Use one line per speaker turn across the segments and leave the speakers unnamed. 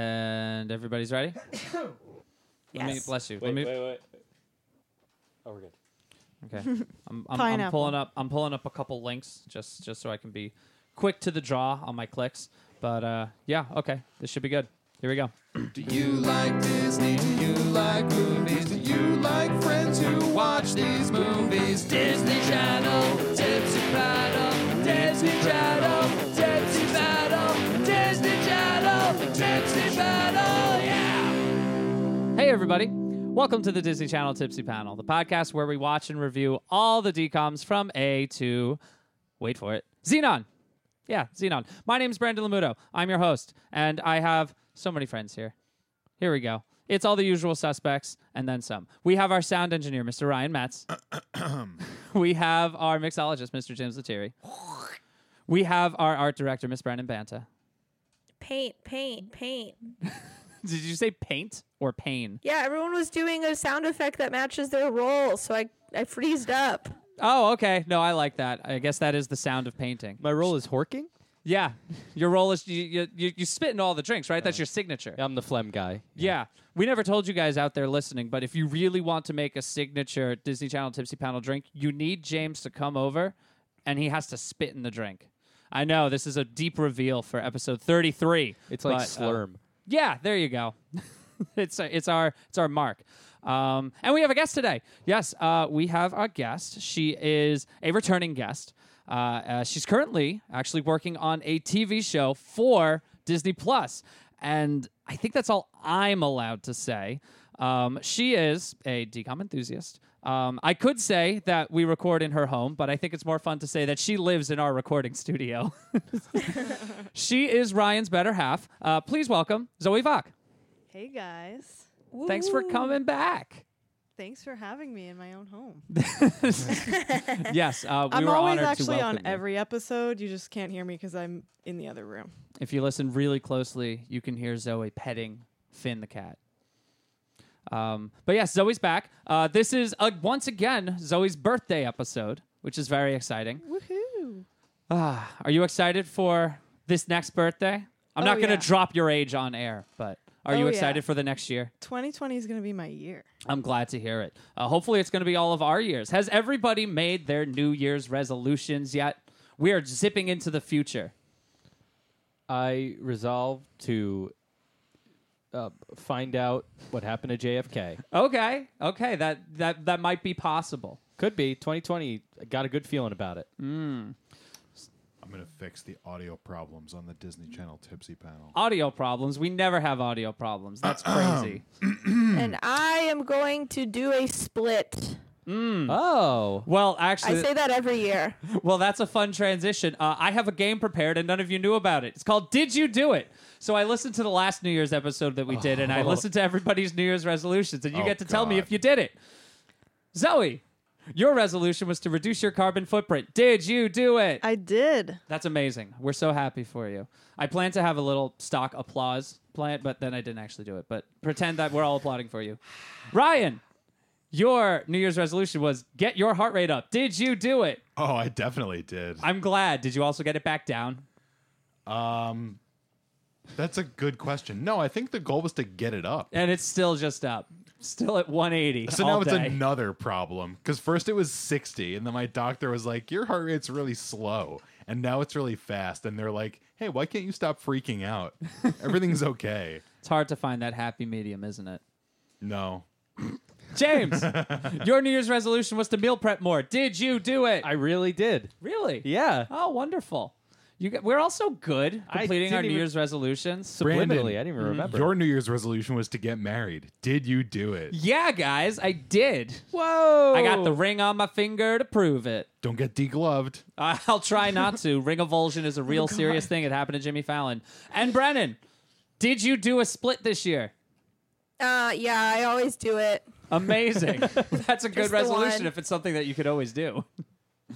And everybody's ready? Let me
Yes.
bless you.
Wait,
Let me,
wait, wait. Oh, we're good.
Okay. I'm, I'm, I'm
Pineapple.
pulling up I'm pulling up a couple links just just so I can be quick to the draw on my clicks. But uh, yeah, okay. This should be good. Here we go.
Do you like Disney? Do you like movies? Do you like friends who watch these movies? Disney Channel, Tipsy Paddle, Disney Channel, Tipsy Paddle, Disney Channel, Tipsy Paddle, yeah!
Hey everybody. Welcome to the Disney Channel Tipsy Panel, the podcast where we watch and review all the DComs from A to wait for it. Xenon. Yeah, Xenon. My name's Brandon Lamuto. I'm your host, and I have so many friends here. Here we go. It's all the usual suspects and then some. We have our sound engineer, Mr. Ryan Metz. we have our mixologist, Mr. James Lettieri. We have our art director, Miss Brandon Banta.
Paint, paint, paint.
Did you say paint or pain?
Yeah, everyone was doing a sound effect that matches their role, so I I freezed up.
Oh, okay. No, I like that. I guess that is the sound of painting.
My role is horking.
Yeah, your role is you you you, you spit in all the drinks, right? That's your signature.
I'm the phlegm guy.
Yeah. We never told you guys out there listening, but if you really want to make a signature Disney Channel Tipsy Panel drink, you need James to come over and he has to spit in the drink. I know this is a deep reveal for episode 33.
It's like
but, uh,
slurm.
yeah, there you go. it's uh, it's our it's our mark. Um, and we have a guest today. Yes, uh, we have a guest. She is a returning guest. Uh, uh, she's currently actually working on a TV show for Disney Plus, and I think that's all I'm allowed to say. Um, she is a decom enthusiast. Um, I could say that we record in her home, but I think it's more fun to say that she lives in our recording studio. She is Ryan's better half. Uh, please welcome Zoe Vok.
Hey guys.
Thanks for
Woo.
coming back.
Thanks for having me in my own home.
yes, uh, we
I'm
were
always
honored to
actually
welcome
on
you.
every episode. You just can't hear me because I'm in the other room.
If you listen really closely, you can hear Zoe petting Finn the cat. Um, but yes, Zoe's back. Uh, this is uh, once again Zoe's birthday episode, which is very exciting.
Woohoo.
Ah, are you excited for this next birthday? I'm
Oh,
not going to
yeah.
drop your age on air, but are
Oh,
you
yeah.
excited for the next year?
2020 is going to be my year.
I'm glad to hear it. Uh, hopefully, it's going to be all of our years. Has everybody made their New Year's resolutions yet? We are zipping into the future.
I resolved to uh, find out what happened to JFK.
Okay, okay, that that that might be possible.
Could be 2020. I Got a good feeling about it.
I'm gonna fix the audio problems on the Disney
Mm.
Channel Tipsy panel.
Audio problems. We never have audio problems. That's crazy.
Hmm.
and I am going to do a split.
Mm.
Oh,
Well,
I
actually,
say that every year.
well, that's a fun transition. Uh, I have a game prepared, and none of you knew about it. It's called "Did You Do It." So I listened to the last New Year's episode that we did, and I listened to everybody's New Year's resolutions, and you
Oh,
get to tell me
God.
if you did it. Zoe, your resolution was to reduce your carbon footprint. Did you do it?
I did.
That's amazing. We're so happy for you. I plan to have a little stock applause plant, but then I didn't actually do it. But pretend that we're all applauding for you. Ryan, your New Year's resolution was get your heart rate up. Did you do it?
Oh, I definitely did.
I'm glad. Did you also get it back down?
That's a good question. No, I think the goal was to get it up.
And it's still just up. Still at 180.
So
all
now it's
day.
another problem because first it was 60, and then my doctor was like, "Your heart rate's really slow," and now it's really fast, and they're like, "Hey, why can't you stop freaking out? Everything's okay."
It's hard to find that happy medium, isn't it?
No,
James, your New Year's resolution was to meal prep more. Did you do it?
I really did.
really?
Yeah.
Oh, wonderful. You got, we're all so good
I
completing our New
didn't even-
Year's resolutions.
Brandon,
Subliminally, I didn't
Mm-hmm.
even remember.
your New Year's resolution was to get married. Did you do it?
Yeah, guys, I did.
Whoa!
I got the ring on my finger to prove it.
Don't get degloved.
I- I'll try not to. ring avulsion
Oh
is a real serious thing. It happened to Jimmy Fallon. And Brennan, did you do a split this year?
Uh, yeah, I always do it.
Amazing. That's a good
the
resolution
one.
if it's something that you could always do.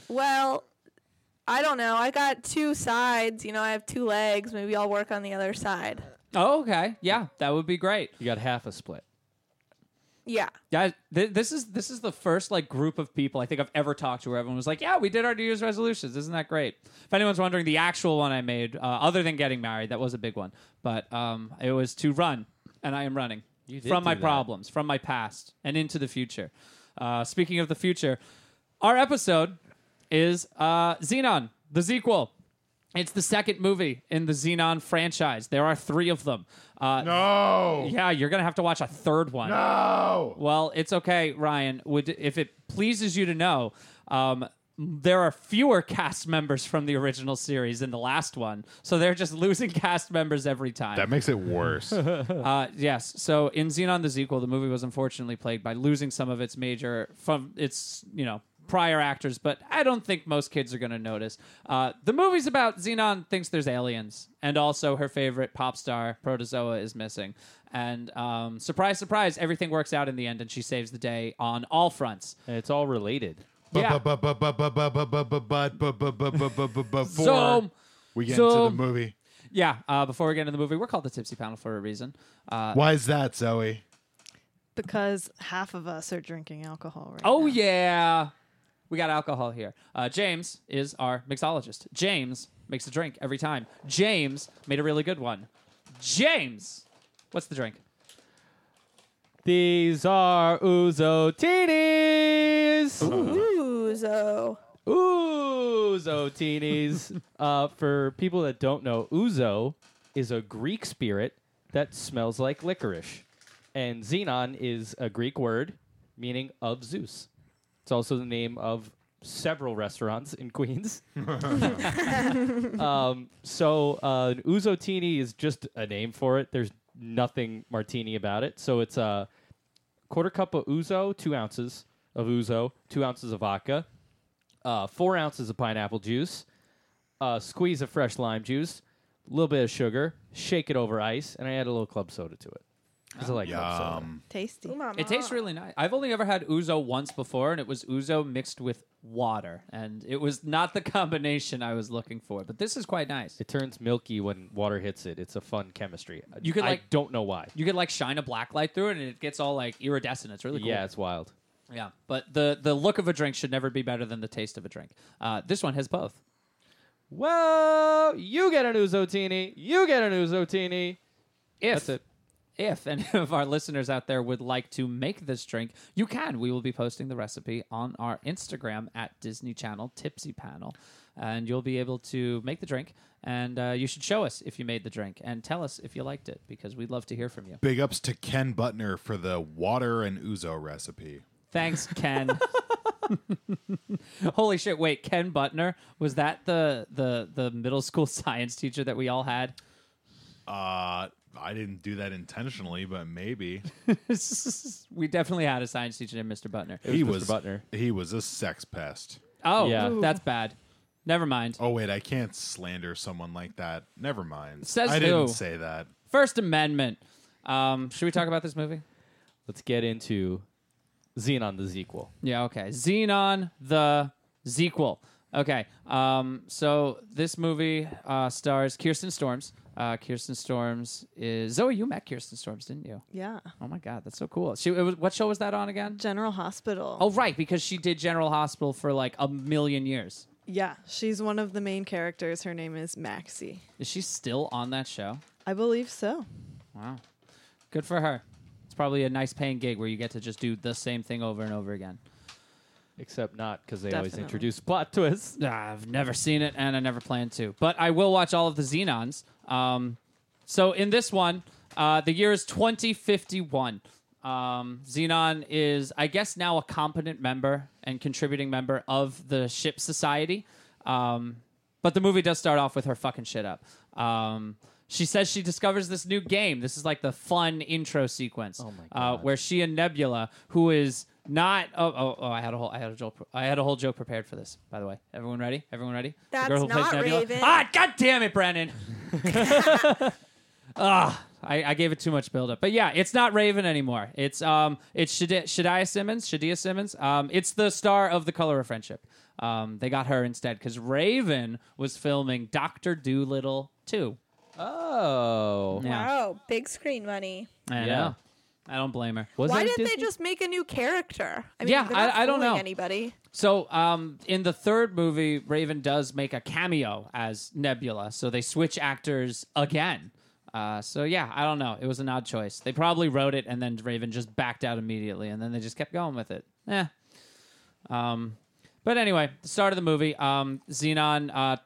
Well, I don't know. I got two sides. You know, I have two legs. Maybe I'll work on the other side.
Oh, okay. Yeah, that would be great.
You got half a split.
Yeah.
Yeah, th- this is this is the first like group of people I think I've ever talked to where everyone was like, "Yeah, we did our New Year's resolutions. Isn't that great?" If anyone's wondering, the actual one I made, uh, other than getting married, that was a big one, but um, it was to run, and I am running
You did
from
do
my
that.
problems, from my past, and into the future. Uh, speaking of the future, our episode is uh, Xenon, the sequel. It's the second movie in the Xenon franchise. There are three of them. Uh,
No.
Yeah, you're gonna have to watch a third one.
Oh, No.
Well, it's okay, Ryan. Would if it pleases you to know, um, there are fewer cast members from the original series in the last one, so they're just losing cast members every time.
That makes it worse.
Uh, yes. So in Xenon the sequel, the movie was unfortunately plagued by losing some of its major from its you know prior actors, but I don't think most kids are going to notice. Uh, the movie's about Xenon thinks there's aliens, and also her favorite pop star Protozoa is missing. And um, surprise, surprise, everything works out in the end, and she saves the day on all fronts.
And it's all related.
Yeah.
Before
Zoom.
we get into the
Zoom.
movie.
Yeah. Uh, before we get into the movie, we're called the Tipsy Panel for a reason. Uh,
Why is that, Zoe?
Because half of us are drinking alcohol right
Oh
now.
yeah, we got alcohol here. Uh, James is our mixologist. James makes a drink every time. James made a really good one. James, what's the drink?
These are Uzotinis.
Ooh, so
Uzotinis. uh, for people that don't know, Uzo is a Greek spirit that smells like licorice. And Xenon is a Greek word meaning of Zeus. It's also the name of several restaurants in Queens. um, so uh, an Uzotini is just a name for it. There's nothing martini about it. So it's a quarter cup of Uzo, two ounces of Uzo, two ounces of vodka, uh, four ounces of pineapple juice, a squeeze of fresh lime juice, a little bit of sugar, shake it over ice, and I add a little club soda to it. 'Cause I like club soda.
Um,
Tasty.
mama.
It tastes really nice. I've only ever had ouzo once before, and it was ouzo mixed with water, and it was not the combination I was looking for. But this is quite nice.
It turns milky when water hits it. It's a fun chemistry.
You could,
I
like-
don't know why.
You could like shine a black light through it, and it gets all like iridescent. It's really cool.
Yeah, it's wild.
yeah. But the the look of a drink should never be better than the taste of a drink. Uh, this one has both.
Well, you get an Uzotini. You get an Uzotini.
If
That's it.
if any of our listeners out there would like to make this drink, you can. We will be posting the recipe on our Instagram at Disney Channel Tipsy Panel, and you'll be able to make the drink. And uh, you should show us if you made the drink and tell us if you liked it because we'd love to hear from you.
Big ups to Ken Butner for the water and Uzo recipe.
Thanks, Ken. Holy shit! Wait, Ken Butner was that the the the middle school science teacher that we all had?
Uh, I didn't do that intentionally, but maybe
we definitely had a science teacher named Mr. Butner.
It
he
Mr.
was
Butner.
He was a sex pest.
Oh,
Yeah. Ooh.
that's bad. Never mind.
Oh wait, I can't slander someone like that. Never mind.
Says
I didn't
who?
say that.
First Amendment. Um, should we talk about this movie?
Let's get into Xenon the sequel.
Yeah, okay. Xenon the sequel. Okay. Um, so this movie uh, stars Kirsten Storms. Uh, Kirsten Storms is Zoe. You met Kirsten Storms, didn't you?
Yeah.
Oh my God, that's so cool. She it was, what show was that on again?
General Hospital.
Oh right, because she did General Hospital for like a million years.
Yeah. She's one of the main characters. Her name is Maxie.
Is she still on that show?
I believe so.
Wow, good for her. It's probably a nice paying gig where you get to just do the same thing over and over again.
Except not because they always
Definitely.
introduce plot twists.
Ah, I've never seen it, and I never plan to. But I will watch all of the Xenons. Um, so in this one, uh, the year is 2051. Um, Xenon is, I guess, now a competent member and contributing member of the ship society. Um, but the movie does start off with her fucking shit up. Um, she says she discovers this new game. This is like the fun intro sequence
Oh my
uh,
God.
where she and Nebula, who is not oh, oh oh I had a whole I had a joke I had a whole joke prepared for this by the way. Everyone ready? Everyone ready? The
That's
girl who plays
not
Nebula?
Raven.
Ah, god damn it, Brennan. Ah, I, I gave it too much buildup. But yeah, it's not Raven anymore. It's um, it's Shadi- Shadia Simmons. Shadia Simmons. Um, it's the star of The Color of Friendship. Um, they got her instead because Raven was filming Doctor Doolittle two.
Oh.
Yeah.
Wow, big screen money.
I
Yeah.
know. I don't blame her.
Was
Why
that a
didn't they
Disney?
just make a new character? I mean,
Yeah,
they're not
I- I don't
fooling
know.
anybody.
So, um, in the third movie, Raven does make a cameo as Nebula. So they switch actors again. Uh, so yeah, I don't know. It was an odd choice. They probably wrote it and then Raven just backed out immediately, and then they just kept going with it. Yeah. Um, but anyway, the start of the movie, um, Xenon, uh,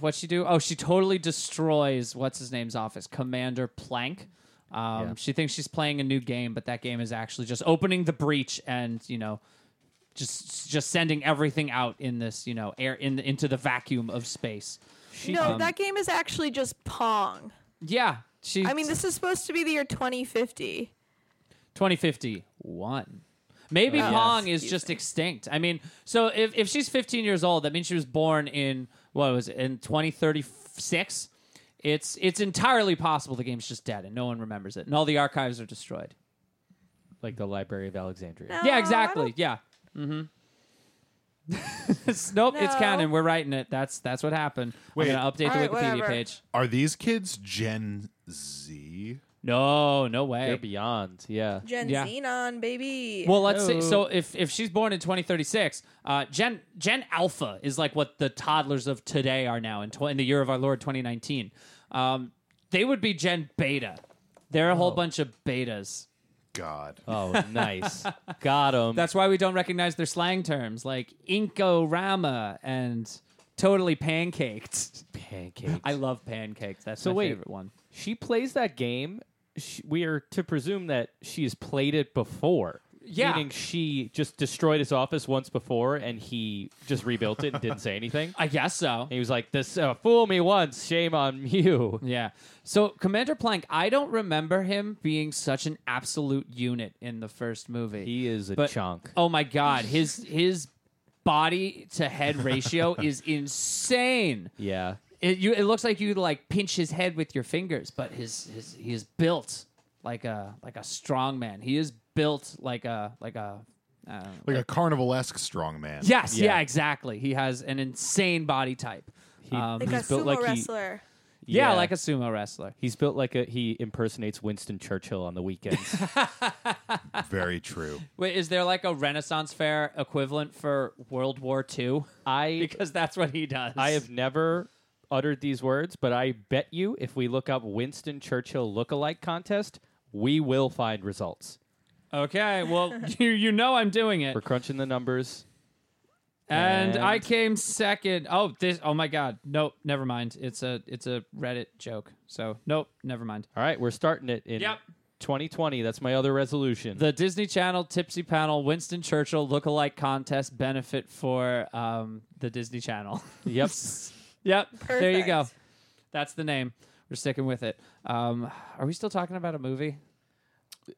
what'd she do? Oh, she totally destroys what's his name's office, Commander Plank. Um,
Yeah.
She thinks she's playing a new game, but that game is actually just opening the breach and you know, just just sending everything out in this you know air in into the vacuum of space.
No,
um,
that game is actually just Pong.
Yeah, she.
I mean, this is supposed to be the year 2050.
2051. Maybe
Oh,
Pong
yes.
is just extinct. I mean, so if, if she's 15 years old, that means she was born in what was it in 2036. It's it's entirely possible the game's just dead and no one remembers it, and all the archives are destroyed.
like the Library of Alexandria.
No,
yeah,
I
exactly.
don't-
Yeah. Mm-hmm. it's, nope, it's
No.
canon. We're writing it. That's that's what happened.
Wait.
I'm gonna update
All
the
right,
Wikipedia
whatever.
page.
Are these kids Gen Z?
No, no way.
They're beyond. Yeah.
Gen
Yeah.
Xenon, baby.
Well, let's see.
Oh.
So if if she's born in 2036, uh, Gen Gen Alpha is like what the toddlers of today are now in, tw- in the year of our Lord 2019. Um, they would be Gen Beta. They're a whole bunch of betas.
God.
Oh, nice. Got him.
That's why we don't recognize their slang terms like Inkorama and totally pancaked.
pancakes.
I love pancakes. That's
So
my
wait.
favorite one.
she plays that game. Sh we are to presume that she has played it before.
Yeah.
Meaning she just destroyed his office once before and he just rebuilt it and didn't say anything.
I guess so.
He was like, "This uh, fool me once, shame on you."
Yeah. So Commander Plank, I don't remember him being such an absolute unit in the first movie.
He is a
But-
chunk.
Oh my god, his his body to head ratio is insane.
Yeah,
It, you, it looks like you like pinch his head with your fingers, but his, his he is built like a like a strong man. He is built like a like a I don't know.
Like a carnival esque strongman.
yes, yeah.
Yeah.
exactly. He has an insane body type.
He-
um,
like a
he's built
sumo
like he-
wrestler.
yeah, like a sumo wrestler.
He's built like a. He impersonates Winston Churchill on the weekends.
Very true.
Wait, is there like a Renaissance fair equivalent for World War II?
I
Because that's what he does.
I have never uttered these words, but I bet you if we look up Winston Churchill lookalike contest, we will find results.
okay. Well, you you know I'm doing it.
We're crunching the numbers.
And,
And-
I came second. Oh, this. Oh my God. Nope. Never mind. It's a it's a Reddit joke. So nope. Never mind.
All right, we're starting it in
Yep.
2020. That's my other resolution.
The Disney Channel Tipsy Panel Winston Churchill lookalike contest benefit for um, the Disney Channel.
yep.
yep. There you go.
Perfect.
That's the name. We're sticking with it. Um, are we still talking about a movie?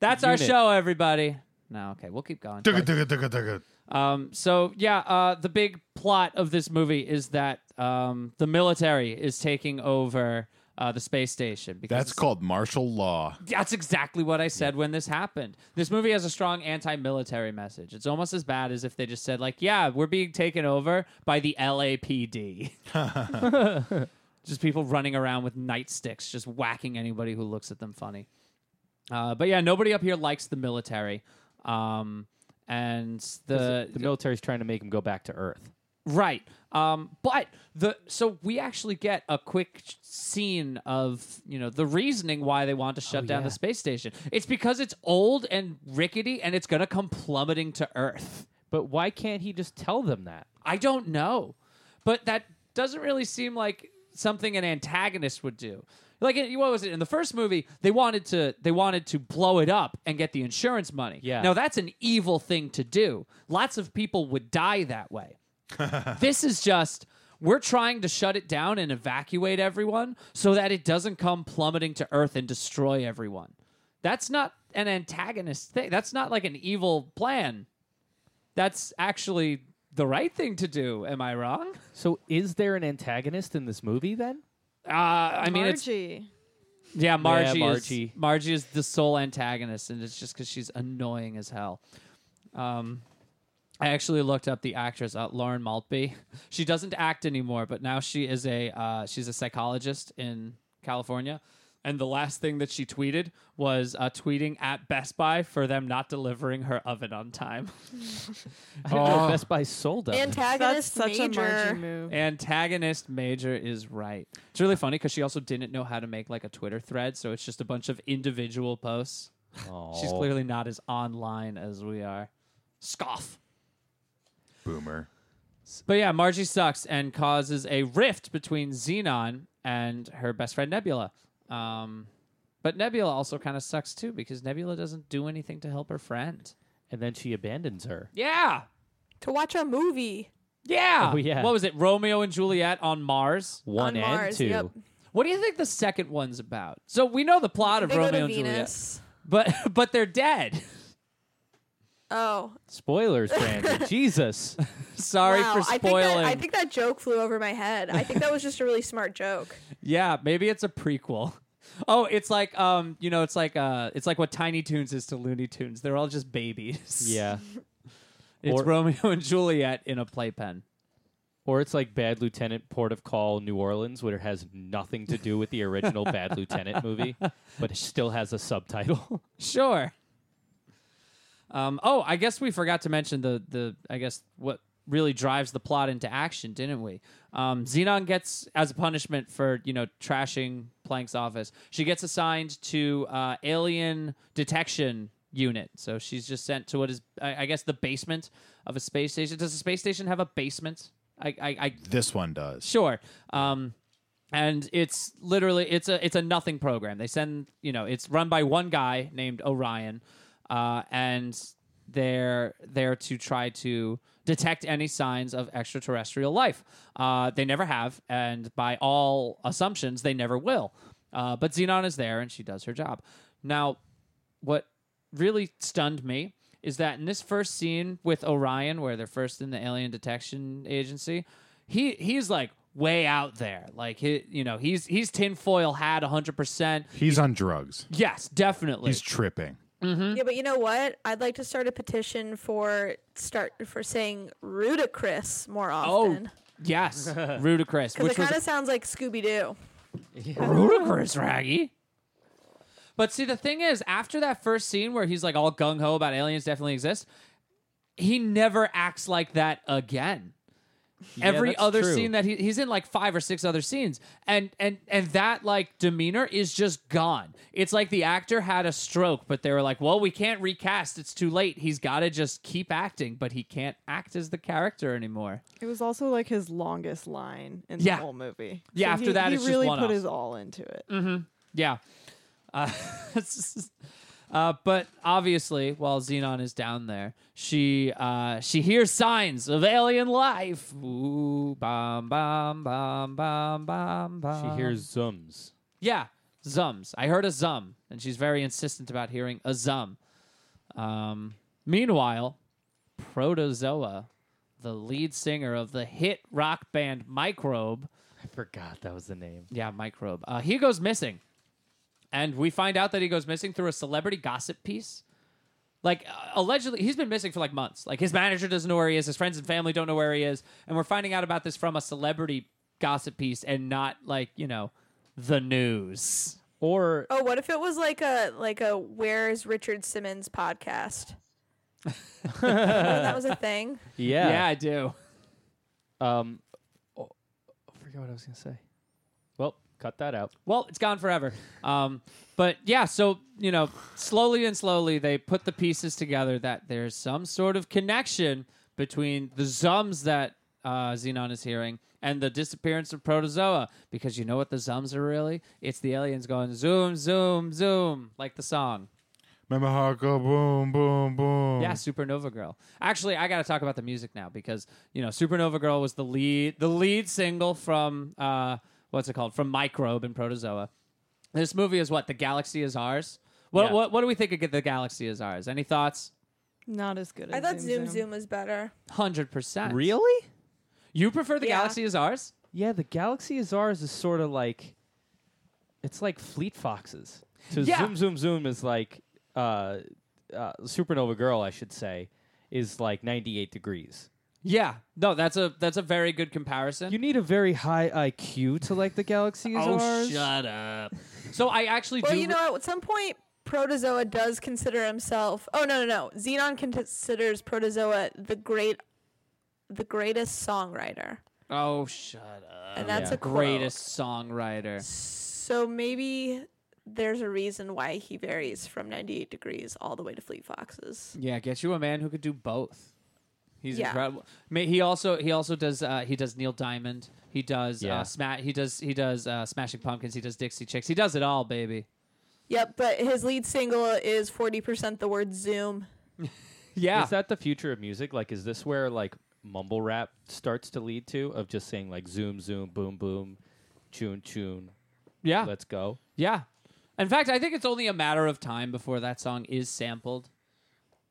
That's our
Unit.
show, everybody. No, okay. We'll keep going.
Dugga, dugga, dugga, dugga.
Um, so yeah, uh, the big plot of this movie is that um, the military is taking over uh, the space station. Because
That's
it's-
called martial law.
That's exactly what I said when this happened. This movie has a strong anti-military message. It's almost as bad as if they just said like, "Yeah, we're being taken over by the LAPD." just people running around with nightsticks, just whacking anybody who looks at them funny. Uh, but yeah, nobody up here likes the military. Um, and the,
the military's trying to make him go back to Earth.
Right. Um, but the so we actually get a quick scene of you know the reasoning why they want to shut
Oh,
down
yeah.
the space station. It's because it's old and rickety, and it's gonna come plummeting to Earth.
But why can't he just tell them that?
I don't know, but that doesn't really seem like something an antagonist would do. Like it- what was it in the first movie? They wanted to they wanted to blow it up and get the insurance money.
Yeah.
Now that's an evil thing to do. Lots of people would die that way. this is just we're trying to shut it down and evacuate everyone so that it doesn't come plummeting to earth and destroy everyone. That's not an antagonist thing. That's not like an evil plan. That's actually the right thing to do. Am I wrong?
So is there an antagonist in this movie then?
Uh, I mean, it's
Margie.
yeah, Margie. Is,
Margie.
Margie is the sole antagonist, and it's just because she's annoying as hell. Um, I actually looked up the actress uh, Lauren Maltby. She doesn't act anymore, but now she is a uh, she's a psychologist in California, And the last thing that she tweeted was uh, tweeting at Best Buy for them not delivering her oven on time.
I didn't know
Oh.
Best Buy sold them.
That's
Antagonist
such a Margie
major.
move.
Antagonist Major is right. It's really funny because she also didn't know how to make like a Twitter thread, so it's just a bunch of individual posts. She's
Aw.
clearly not as online as we are. Scoff.
Boomer.
But yeah, Margie sucks and causes a rift between Xenon and her best friend Nebula. Um, but Nebula also kind of sucks too because Nebula doesn't do anything to help her friend.
And then she abandons her.
Yeah.
To watch a movie.
Yeah.
Oh, yeah.
What was it? Romeo and Juliet on Mars?
On
One and
Mars,
two.
yep.
What do you think the second one's about? So we know the plot of
They
Romeo
go to
and
Venus.
Juliet, but but they're dead.
Oh,
Spoilers, Brandon. Jesus.
Sorry
wow.
for spoiling.
I think, that, I think that joke flew over my head. I think that was just a really smart joke.
Yeah, maybe it's a prequel. Oh, it's like um, you know, it's like uh, it's like what Tiny Toons is to Looney Tunes. They're all just babies.
Yeah.
it's
Or-
Romeo and Juliet in a playpen.
Or it's like Bad Lieutenant Port of Call New Orleans, where it has nothing to do with the original Bad Lieutenant movie, but it still has a subtitle.
Sure. Um, oh, I guess we forgot to mention the the I guess what really drives the plot into action, didn't we? Um, Xenon gets as a punishment for you know trashing Plank's office. She gets assigned to uh, alien detection unit, so she's just sent to what is I, I guess the basement of a space station. Does the space station have a basement? I, I, I
This one does.
Sure. Um, and it's literally it's a it's a nothing program. They send you know it's run by one guy named Orion, uh, and they're there to try to detect any signs of extraterrestrial life. Uh, they never have, and by all assumptions, they never will. Uh, but Xenon is there, and she does her job. Now, what really stunned me is that in this first scene with Orion, where they're first in the alien detection agency, he he's like way out there. Like he, you know, he's he's tinfoil hat, hundred percent.
He's on drugs.
Yes, definitely.
He's tripping.
Yeah, but you know what? I'd like to start a petition for start for saying Rudacris more
oh,
often.
yes, Rudacris,
Because
which
it
was
kind of sounds like Scooby Doo.
Rudacris, Raggy. But see, the thing is, after that first scene where he's like all gung ho about aliens definitely exist, he never acts like that again. Every
that's
other
true.
scene that he, he's in, like five or six other scenes, and and and that like demeanor is just gone. It's like the actor had a stroke, but they were like, "Well, we can't recast; it's too late. He's got to just keep acting, but he can't act as the character anymore."
It was also like his longest line in
Yeah.
the whole movie.
Yeah,
So
after
he,
that,
he
it's just
really
one
put
off.
his all into it.
Yeah. Uh, it's just- uh, but obviously, while Xenon is down there, she uh, she hears signs of alien life. Ooh, bomb, bomb, bomb, bomb, bomb, bomb.
She hears zooms.
Yeah, zums. I heard a zum, and she's very insistent about hearing a zum. Um, meanwhile, Protozoa, the lead singer of the hit rock band Microbe,
I forgot that was the name.
yeah, microbe. Uh, he goes missing, and we find out that he goes missing through a celebrity gossip piece. Like uh, allegedly, he's been missing for like months. Like his manager doesn't know where he is. His friends and family don't know where he is, and we're finding out about this from a celebrity gossip piece and not like you know the news.
Or
Oh, what if it was like a like a Where's Richard Simmons podcast? Remember that was a thing.
yeah,
yeah I do.
Um, oh, I forget what I was gonna say. Well, cut that out.
Well, it's gone forever. Um, but yeah, so you know, slowly and slowly they put the pieces together that there's some sort of connection between the zums that uh, Xenon is hearing and the disappearance of Protozoa. Because you know what the zums are really? It's the aliens going zoom, zoom, zoom, like the song.
Remember how it go boom, boom, boom.
Yeah,
Mm.
Supernova Girl. Actually, I got to talk about the music now because you know Supernova Girl was the lead the lead single from uh, what's it called from Microbe and Protozoa. This movie is what the galaxy is ours. What
Yeah.
what, what do we think of the galaxy is ours? Any thoughts?
Not as good as
I thought Zoom
Zoom
Zoom, was better.
Hundred percent.
Really?
You prefer the
Yeah.
galaxy is ours?
Yeah, the Galaxy is ours is sort of like, it's like Fleet Foxes. So
Yeah.
zoom, zoom, zoom is like, uh, uh, Supernova Girl, I should say, is like 98 degrees.
Yeah. No, that's a that's a very good comparison.
You need a very high IQ to like the Galaxy is
oh,
ours.
shut up. So I actually
Well,
do.
you know, at some point, Protozoa does consider himself. Oh no, no, no! Xenon considers Protozoa the great, the greatest songwriter,
oh, shut up.
and that's
yeah.
a quote.
Greatest songwriter.
So maybe there's a reason why he varies from 98 degrees all the way to Fleet Foxes.
Yeah, get you a man who could do both. He's
Yeah.
incredible. May, he also he also does uh, he does Neil Diamond. He does
Yeah.
uh, sma- he does he does uh, Smashing Pumpkins. He does Dixie Chicks. He does it all, baby.
Yep, but his lead single is 40% the word Zoom.
Yeah,
Is that the future of music? Like, is this where like mumble rap starts to lead to of just saying like zoom zoom boom boom, tune tune,
yeah,
let's go.
yeah. In fact, I think it's only a matter of time before that song is sampled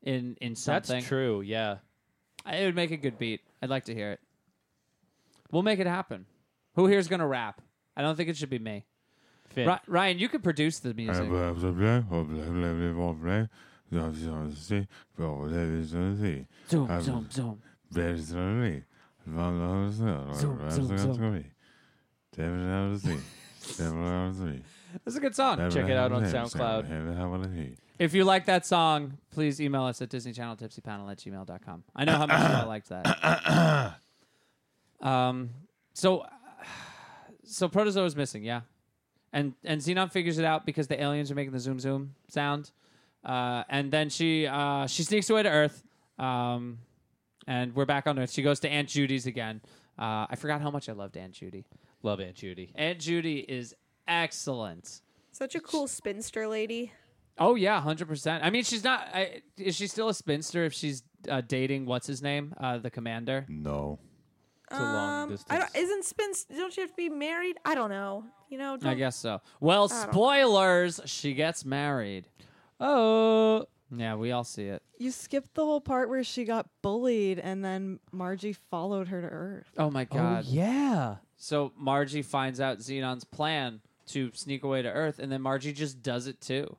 in in something.
That's true. Yeah.
I- It would make a good beat. I'd like to hear it. We'll make it happen. Who here's gonna rap? I don't think it should be me.
Finn.
Ri- Ryan, you could produce the music.
uh,
Zoom,
I
zoom,
would-
zoom. That's a good song.
Check it out on SoundCloud.
If you like that song, please email us at DisneyChannelTipsyPanel at gmail.com. I know how much you all liked that. um, so, so Protozoa is missing, yeah. And and Xenon figures it out because the aliens are making the zoom zoom sound. Uh, and then she uh, she sneaks away to Earth. Um, and we're back on Earth. She goes to Aunt Judy's again. Uh, I forgot how much I loved Aunt Judy.
Love Aunt Judy.
Aunt Judy is excellent.
Such a cool spinster lady.
Oh yeah, hundred percent. I mean, she's not. I, is she still a spinster if she's uh, dating what's his name, uh, the commander?
No.
It's a long
Um,
distance.
I don't, isn't spinster, don't you have to be married? I don't know. You know,
I
don't-
guess so. Well,
don't know.
spoilers. She gets married.
oh,
Yeah, we all see it.
You skipped the whole part where she got bullied and then Margie followed her to Earth.
Oh my god.
yeah.
So Margie finds out Xenon's plan to sneak away to Earth, and then Margie just does it too.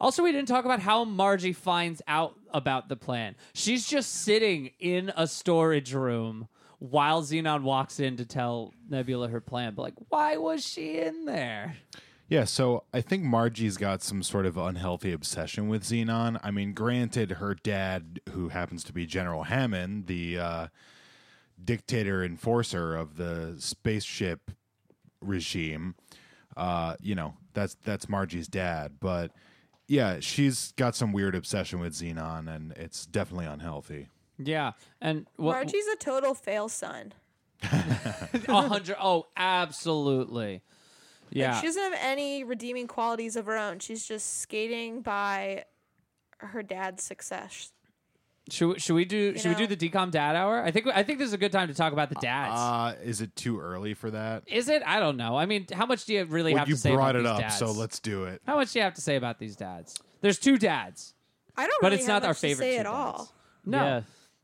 Also, we didn't talk about how Margie finds out about the plan. She's just sitting in a storage room while Xenon walks in to tell Nebula her plan. But, like, why was she in there?
Yeah, so I think Margie's got some sort of unhealthy obsession with Xenon. I mean, granted, her dad, who happens to be General Hammond, the uh, dictator enforcer of the spaceship regime, uh, you know, that's that's Margie's dad. But yeah, she's got some weird obsession with Xenon, and it's definitely unhealthy.
Yeah, and what
Margie's a total fail son.
a hundred? Oh, absolutely. Yeah,
She doesn't have any redeeming qualities of her own. She's just skating by her dad's success.
should we- should we do should we
know.
do the decom dad hour? I think I think this is a good time to talk about the dads.
Uh, is it too early for that?
Is it? I don't know. I mean, how much do you really
Well,
have
you
to say
brought
about
it
these
up,
dads?
so let's do it.
How much do you have to say about these dads? There's two dads,
I don't.
but
really
it's
have
not our
much to
favorite
say
two
at
dads.
all.
No,
Yeah.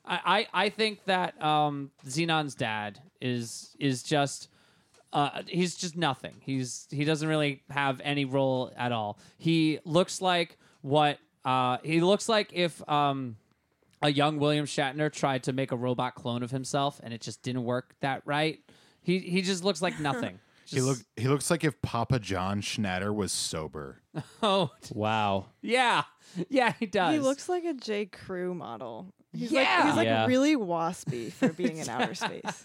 I, I I think that um, Xenon's dad is is just. Uh, he's just nothing. He's he doesn't really have any role at all. He looks like what uh, he looks like if um, a young William Shatner tried to make a robot clone of himself and it just didn't work that right. He he just looks like nothing.
He look he looks like if Papa John Schnatter was sober.
Oh
Wow.
yeah, yeah he does.
He looks like a J. Crew model. He's
Yeah.
like, he's like
Yeah.
really waspy for being in outer space.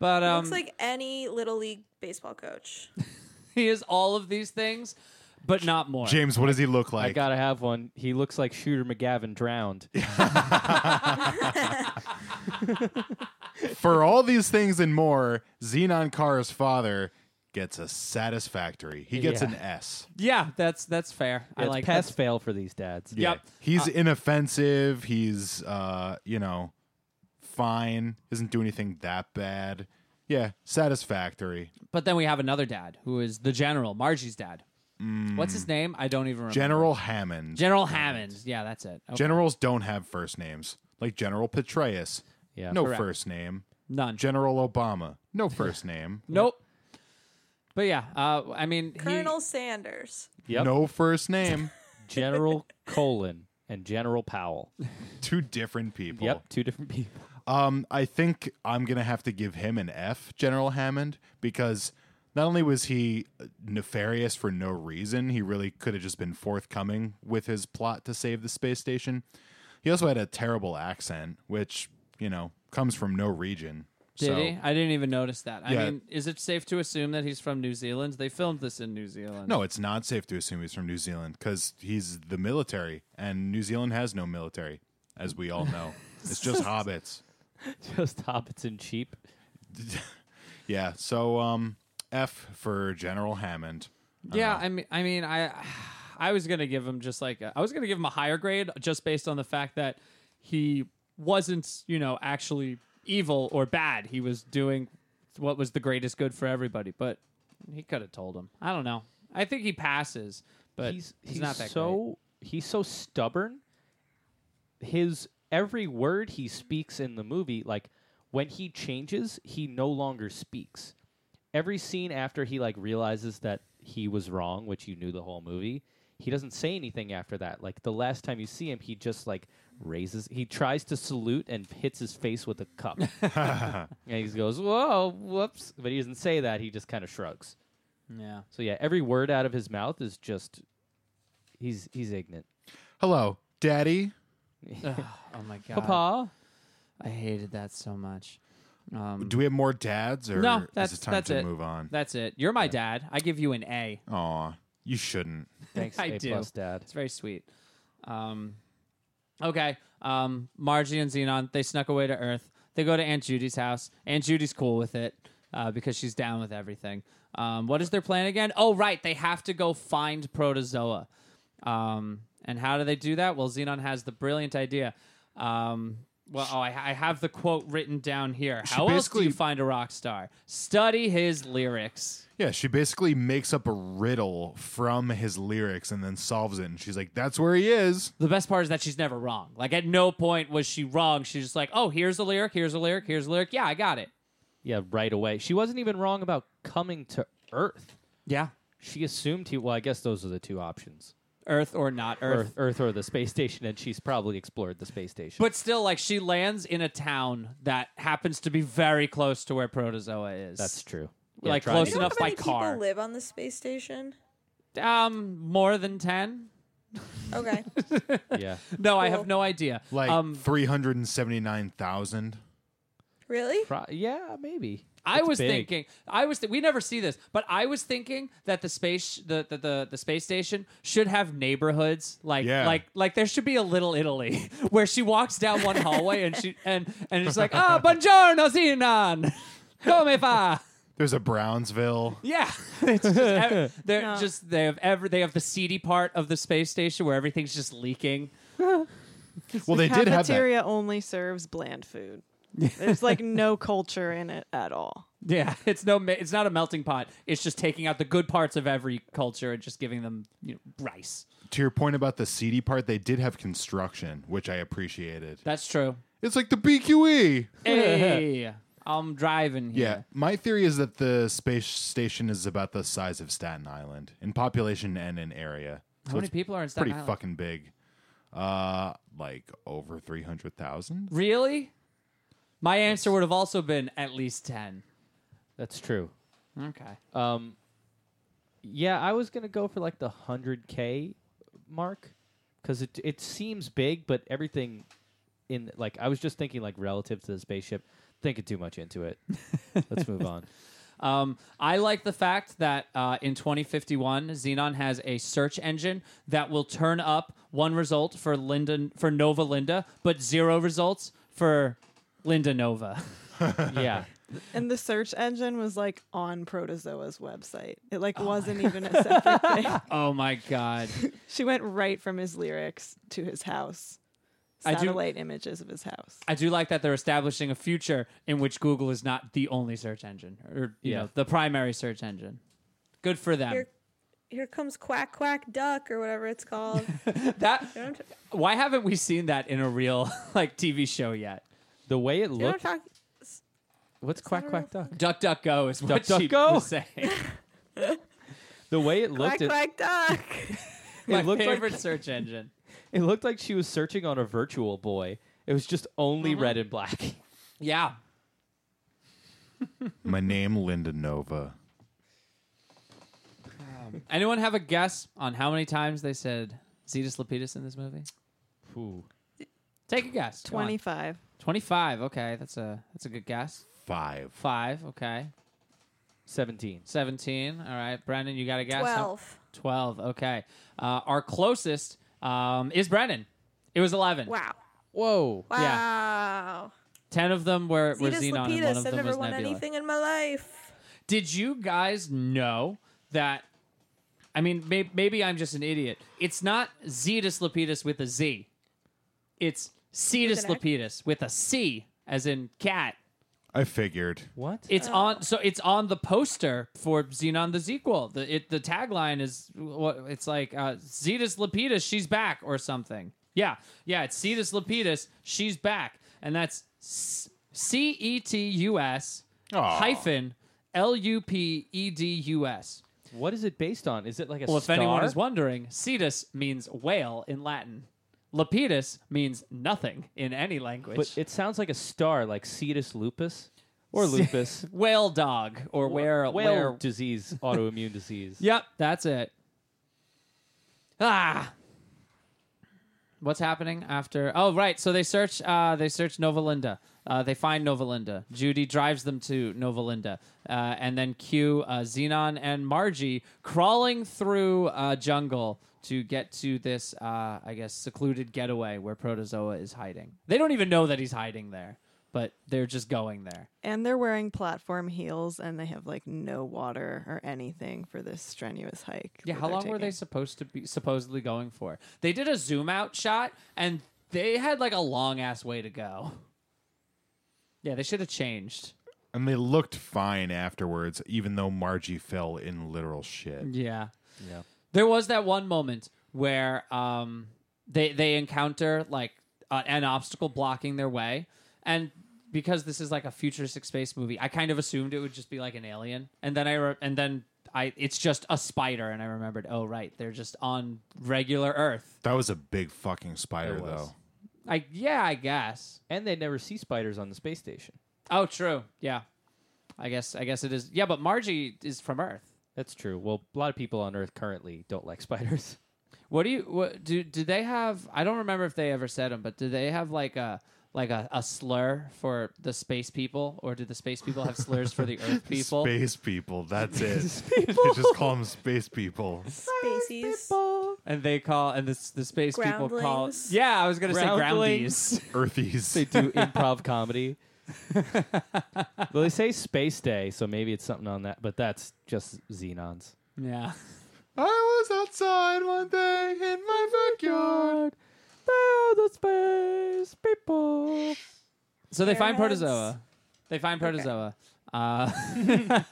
but um,
Looks like any little league baseball coach.
he is all of these things, but not more.
James, what does he look
I
like?
gotta have one. He looks like Shooter McGavin drowned.
For all these things and more, Xenon Kara's father gets a satisfactory. He gets
Yeah.
an S.
yeah, that's that's fair. I
it's
like
pass
that's-
fail for these dads.
Yeah. Yep.
He's inoffensive. He's uh, you know, fine. Doesn't do anything that bad. Yeah, satisfactory.
But then we have another dad who is the general, Margie's dad. What's his name? I don't even remember.
Mm. General Hammond.
General Hammond. Yeah, that's it. Oh, Okay.
Generals don't have first names. Like General Petraeus.
Yeah.
no
correct.
first name.
None.
General Obama. No first name.
nope. But yeah, uh, I mean, he-
Colonel Sanders.
Yep.
No first name.
General Colon and General Powell.
Two different people.
Yep. Two different people.
Um, I think I'm gonna have to give him an F, General Hammond, because Not only was he uh, nefarious for no reason, he really could have just been forthcoming with his plot to save the space station. He also had a terrible accent, which, you know, comes from no region.
Did
so,
he? I didn't even notice that. I
Yeah.
mean, is it safe to assume that he's from New Zealand? They filmed this in New Zealand.
No, it's not safe to assume he's from New Zealand because he's the military, and New Zealand has no military, as we all know. it's just hobbits.
Just hobbits and cheap.
Yeah. So, um, F for General Hammond.
Yeah, I mean, I mean, I, I was gonna give him just like a, I was gonna give him a higher grade just based on the fact that he wasn't, you know, actually evil or bad. He was doing what was the greatest good for everybody. But he could have told him. I don't know. I think he passes, but he's, not that great.
so he's so stubborn. His every word he speaks in the movie, like when he changes, he no longer speaks. Every scene after he like realizes that he was wrong, which you knew the whole movie, he doesn't say anything after that. Like the last time you see him, he just like raises he tries to salute and hits his face with a cup. and he goes, Whoa, whoops. But he doesn't say that, he just kind of shrugs.
Yeah.
So yeah, every word out of his mouth is just he's he's ignorant.
Hello, Daddy.
Oh my god.
Papa.
I hated that so much. Um,
Do we have more dads, or
No, that's-
is it time
that's
to
it.
move on?
that's it. You're my dad. I give you an A.
Aw, you shouldn't.
Thanks,
I
A
do.
plus dad.
It's very sweet. Um, okay. Um, Margie and Xenon, they snuck away to Earth. They go to Aunt Judy's house. Aunt Judy's cool with it uh, because she's down with everything. Um, what is their plan again? Oh, right. They have to go find Protozoa. Um, and how do they do that? Well, Xenon has the brilliant idea. Um, well, oh, I, I have the quote written down here. How else do
basically-
you find a rock star? Study his lyrics.
Yeah, she basically makes up a riddle from his lyrics and then solves it. And she's like, "That's where he is."
the best part is that she's never wrong. Like at no point was she wrong. She's just like, oh, here's a lyric, here's a lyric, here's a lyric. Yeah, I got it.
Yeah, right away. She wasn't even wrong about coming to Earth.
Yeah,
She assumed he well, I guess those are the two options.
Earth or not Earth.
Earth Earth or the space station, and she's probably explored the space station.
But still, like she lands in a town that happens to be very close to where Protozoa is.
that's true.
Like,
try
close
You
to-
know
enough
how
by
many
car.
people live on the space station?
um more than ten.
Okay.
Yeah.
No, I have
Cool.
no idea.
Like
um,
three hundred and seventy-nine thousand.
really?
Pro- yeah, maybe.
I
It's
was
big.
thinking. I was. Th- we never see this, but I was thinking that the space, the the, the, the space station should have neighborhoods. Like
Yeah.
like like there should be a Little Italy where she walks down one hallway and she and and it's like ah buongiorno Zinan, come e fa.
There's a Brownsville.
Yeah, it's just ev- they're
No.
just they have every they have the seedy part of the space station where everything's just leaking.
Well, they did have that.
Cafeteria only serves bland food. There's like no culture in it at all.
Yeah, it's no ma- it's not a melting pot. It's just taking out the good parts of every culture and just giving them you know rice.
To your point about the seedy part, they did have construction, which I appreciated.
That's true.
It's like the BQE.
hey, I'm driving
Yeah.
here.
My theory is that the space station is about the size of Staten Island in population and in area.
How
So
many
it's
people are in Staten
pretty
Island?
fucking big. Uh like over 300,000?
really? My answer would have also been at least 10.
That's true.
Okay.
Um, yeah, I was gonna go for like the hundred k mark because it it seems big, but everything in like I was just thinking like relative to the spaceship, thinking too much into it. Let's move on.
Um, I like the fact that uh, in 2051, Xenon has a search engine that will turn up one result for Linda for Nova Linda, but zero results for Linda Nova.
Yeah,
And the search engine was like on Protozoa's website. It
Oh
like wasn't even a separate thing.
oh my god.
She went right from his lyrics to his house.
I do-
Satellite images of his house.
I do like that they're establishing a future in which Google is not the only search engine or you
Yeah.
know the primary search engine. Good for them.
Here, here comes quack quack duck or whatever it's called.
that
You know what I'm ta-
why haven't we seen that in a real like TV show yet?
the way it
you know what I'm
looked.
talking-
What's quack quack duck?
Duck Duck Go is what
Duck, Duck,
she
Go?
was saying.
The way it looked,
Quack
it,
quack duck.
My
looked like-
favorite search engine.
it looked like she was searching on a virtual boy. It was just only red and black.
Yeah.
My name Linda Nova.
Anyone have a guess on how many times they said Zetas Lapidus in this movie?
Ooh.
Take a guess. Go on.
25.
25. Okay, that's a that's a good guess.
Five.
Five. Okay.
17.
17. All right. Brandon, you got a guess? How-
12.
12. Okay. Uh, our closest um, is Brennan. It was 11.
Wow.
Whoa.
Wow.
10 of them were, were Xenon,
Zetas
and one of
Lapidus. I've
them
never
was
won
Nebula.
anything in my life.
Did you guys know that? I mean, may, maybe I'm just an idiot. It's not Zetus Lapidus with a Z. It's Cetus
With an X?
Lapidus with a C, as in cat.
I figured.
What?
It's on. So it's on the poster for Xenon the sequel. The it, the tagline is what it's like. Uh, Zetus Lapidus, she's back or something. Yeah, yeah. It's Cetus Lapidus, she's back, and that's C E T U S
Aw.
hyphen L U P E D U S.
what is it based on? Is it like a
Well, if
star?
anyone is wondering, Cetus means whale in Latin. Lapidus means nothing in any language.
But it sounds like a star, like Cetus lupus or lupus.
whale dog or where
whale
where
disease, autoimmune disease.
Yep, that's it. Ah. What's happening after? Oh, right. So they search. Uh, they search Nova Linda. Uh, they find Nova Linda. Judy drives them to Nova Linda, uh, and then cue uh, Xenon and Margie crawling through uh, jungle to get to this, uh, I guess, secluded getaway where Protozoa is hiding. They don't even know that he's hiding there, but they're just going there.
And they're wearing platform heels and they have like no water or anything for this strenuous hike.
Yeah,
that
how
they're
long were they
taking.
supposed to be supposedly going for? They did a zoom out shot and they had like a long ass way to go. Yeah, they should have changed.
And they looked fine afterwards, even though Margie fell in literal shit.
Yeah.
Yeah.
There was that one moment where um they they encounter like uh, an obstacle blocking their way and because this is like a futuristic space movie, I kind of assumed it would just be like an alien. And then I re- and then I it's just a spider and I remembered, oh right, they're just on regular earth.
That was a big fucking spider,
It was.
though.
I yeah, I guess.
And they never see spiders on the space station.
Oh, true. Yeah, I guess. I guess it is. Yeah, but Margie is from Earth.
That's true. Well, a lot of people on Earth currently don't like spiders.
What do you? What do? Do they have? I don't remember if they ever said them, but do they have like a like a, a slur for the space people, or do the space people have slurs for the Earth people?
Space people. That's it. They just call them space people.
Spaces.
And they call and the the space people call.
Groundlings.
Yeah, I was gonna
Groundlings.
say groundies.
Earthies.
They do improv comedy. well, they say space day, so maybe it's something on that, but that's just xenons.
yeah.
I was outside one day in my backyard.
the space people.
So they find
Airheads.
protozoa. They find protozoa. Uh,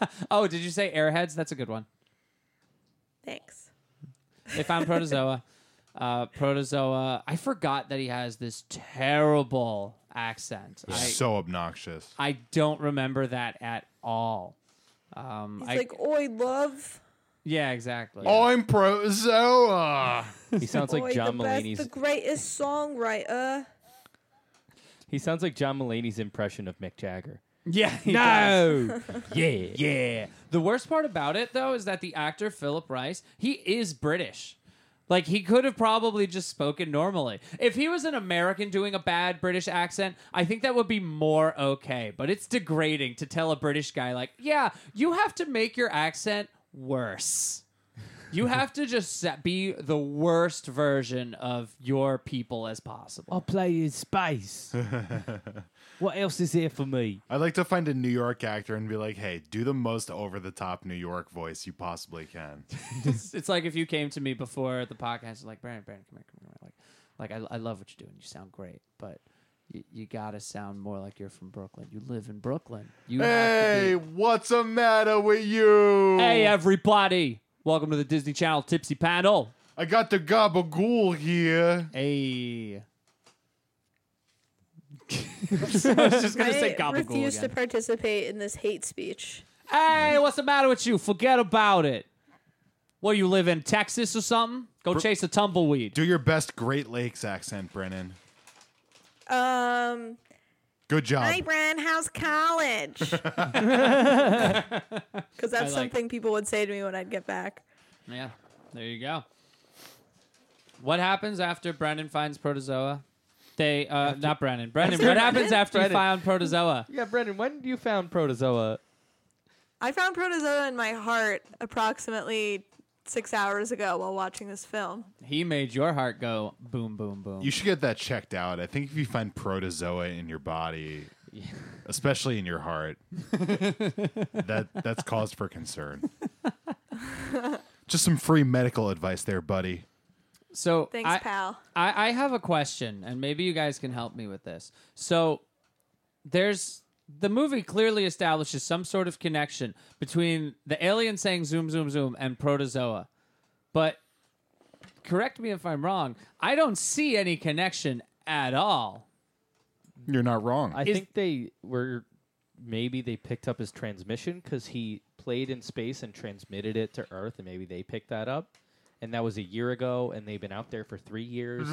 oh, did you say airheads? That's a good one.
Thanks.
They found Protozoa. Uh, protozoa. I forgot that he has this terrible accent. I,
So obnoxious.
I don't remember that at all. Um,
He's
I,
like, oi, love.
yeah, exactly.
I'm protozoa.
He sounds
oi,
like John
the best,
Mulaney's.
the greatest songwriter.
He sounds like John Mulaney's impression of Mick Jagger.
Yeah. he
No. yeah.
Yeah. The worst part about it though is that the actor Philip Rice, he is British. Like he could have probably just spoken normally. If he was an American doing a bad British accent, I think that would be more okay. But it's degrading to tell a British guy like, "Yeah, you have to make your accent worse." You have to just sa- be the worst version of your people as possible.
play in space. what else is there for me?
I'd like to find a New York actor and be like, hey, do the most over the top New York voice you possibly can.
it's, it's like if you came to me before the podcast, like Brandon, Brandon, come here, come here. Like, like I, I love what you're doing. You sound great, but you, you gotta sound more like you're from Brooklyn. You live in Brooklyn. You
hey,
have to
what's the matter with you?
be. Hey, everybody! Welcome to the Disney Channel Tipsy Panel.
I got the gabagool here.
Hey. I was just gonna say
I
gabagool
refuse to
again.
participate in this hate speech.
Hey, what's the matter with you? Forget about it. What you live in Texas or something? Go chase a tumbleweed.
Do your best Great Lakes accent, Brennan.
Um,
Good job.
hey, Bren, how's college? Because
like-
that's something people would say to me when I'd get back.
Yeah, there you go. What happens after Brennan finds Protozoa? They, uh, not Brennan. Brennan. What happens after you
Brennan.
found Protozoa?
Yeah, Brendan, when you found Protozoa,
I found Protozoa in my heart approximately six hours ago while watching this film.
He made your heart go boom, boom, boom.
You should get that checked out. I think if you find protozoa in your body, especially in your heart, that that's cause for concern. Just some free medical advice there, buddy.
so
Thanks,
I-
pal.
I, I have a question, and maybe you guys can help me with this. So, there's the movie clearly establishes some sort of connection between the alien saying zoom, zoom, zoom and protozoa. But correct me if I'm wrong, I don't see any connection at all.
You're not wrong.
I
Is-
think they were maybe they picked up his transmission because he played in space and transmitted it to Earth, and maybe they picked that up. And that was a year ago, and they've been out there for three years.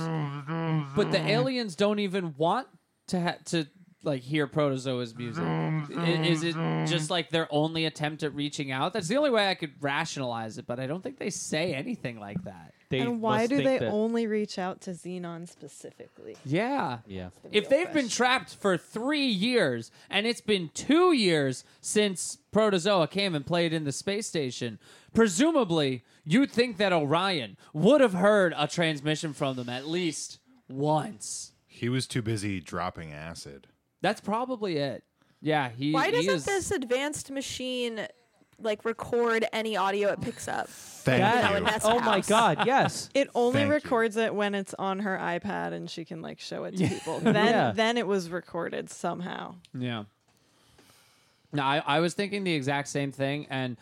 But the
Mm.
aliens don't even want to ha- to like hear protozoa's music. I- Is it just like their only attempt at reaching out? That's the only way I could rationalize it, but I don't think they say anything like that.
They
and why
must
do
think
they
that-
only reach out to Xenon specifically?
Yeah.
Yeah,
If they've been trapped for three years and it's been two years since Protozoa came and played in the space station, presumably you'd think that Orion would have heard a transmission from them at least once.
he was too busy dropping acid.
That's probably it. Yeah, he.
Why
he
doesn't
is-
this advanced machine like record any audio it picks up?
Thank
That-
you.
that's
oh my
house.
God! Yes,
It only
Thank you.
records it when it's on her iPad and she can like show it to people. Then
Yeah.
then it was recorded somehow.
Yeah. No, I, I was thinking the exact same thing, and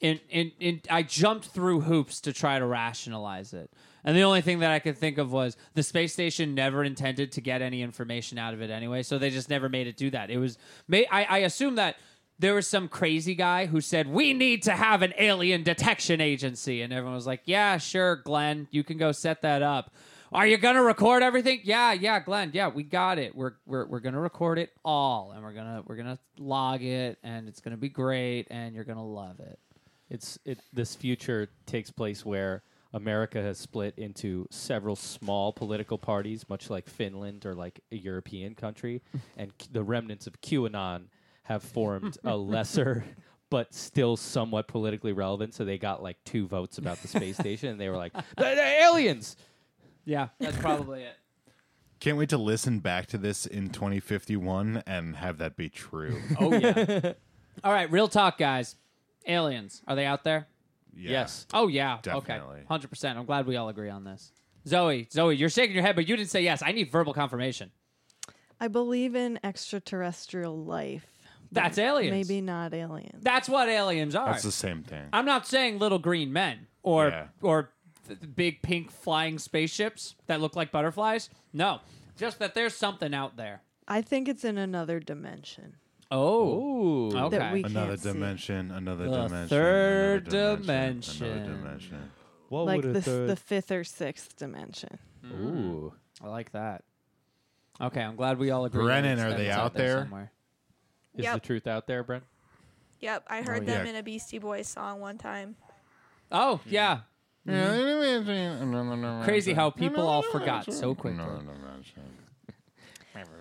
in, in in I jumped through hoops to try to rationalize it, and the only thing that I could think of was the space station never intended to get any information out of it anyway, so they just never made it do that. It was, may, I, I assume that there was some crazy guy who said we need to have an alien detection agency, and everyone was like, "Yeah, sure, Glenn, you can go set that up." Are you gonna record everything? Yeah, yeah, Glenn. Yeah, we got it. We're we're we're gonna record it all, and we're gonna we're gonna log it, and it's gonna be great, and you're gonna love it.
it's it, this future takes place where America has split into several small political parties, much like Finland or like a European country, and c- the remnants of QAnon have formed a lesser but still somewhat politically relevant. So they got like two votes about the space station, and they were like, "They're- they're aliens."
Yeah, that's probably it.
Can't wait to listen back to this in 2051 and have that be true.
Oh yeah. all right, real talk, guys. Aliens, are they out there?
Yeah.
Yes.
Oh yeah,
Definitely.
okay, hundred percent. I'm glad we all agree on this. Zoe, Zoe, you're shaking your head, but you didn't say yes. I need verbal confirmation.
I believe in extraterrestrial life.
That's aliens.
Maybe not aliens.
that's what aliens are.
That's the same thing.
I'm not saying little green men or
Yeah.
or th- big pink flying spaceships that look like butterflies. No, just that there's something out there.
I think it's in another dimension
Oh,
Ooh.
okay.
that we
Another
can't see.
dimension, another
The
dimension.
third
another Another
dimension.
dimension.
What
Like
would a
the,
third-
the fifth or sixth dimension.
Ooh.
I like that. Okay, I'm glad we all agree.
Brennan,
that it's-
are
that
they
it's
out there?
somewhere.
Is
Yep.
the truth out there, Brent?
Yep, I heard
yeah.
them in a Beastie Boys song one time.
Oh yeah,
Yeah.
crazy how people all forgot so quickly.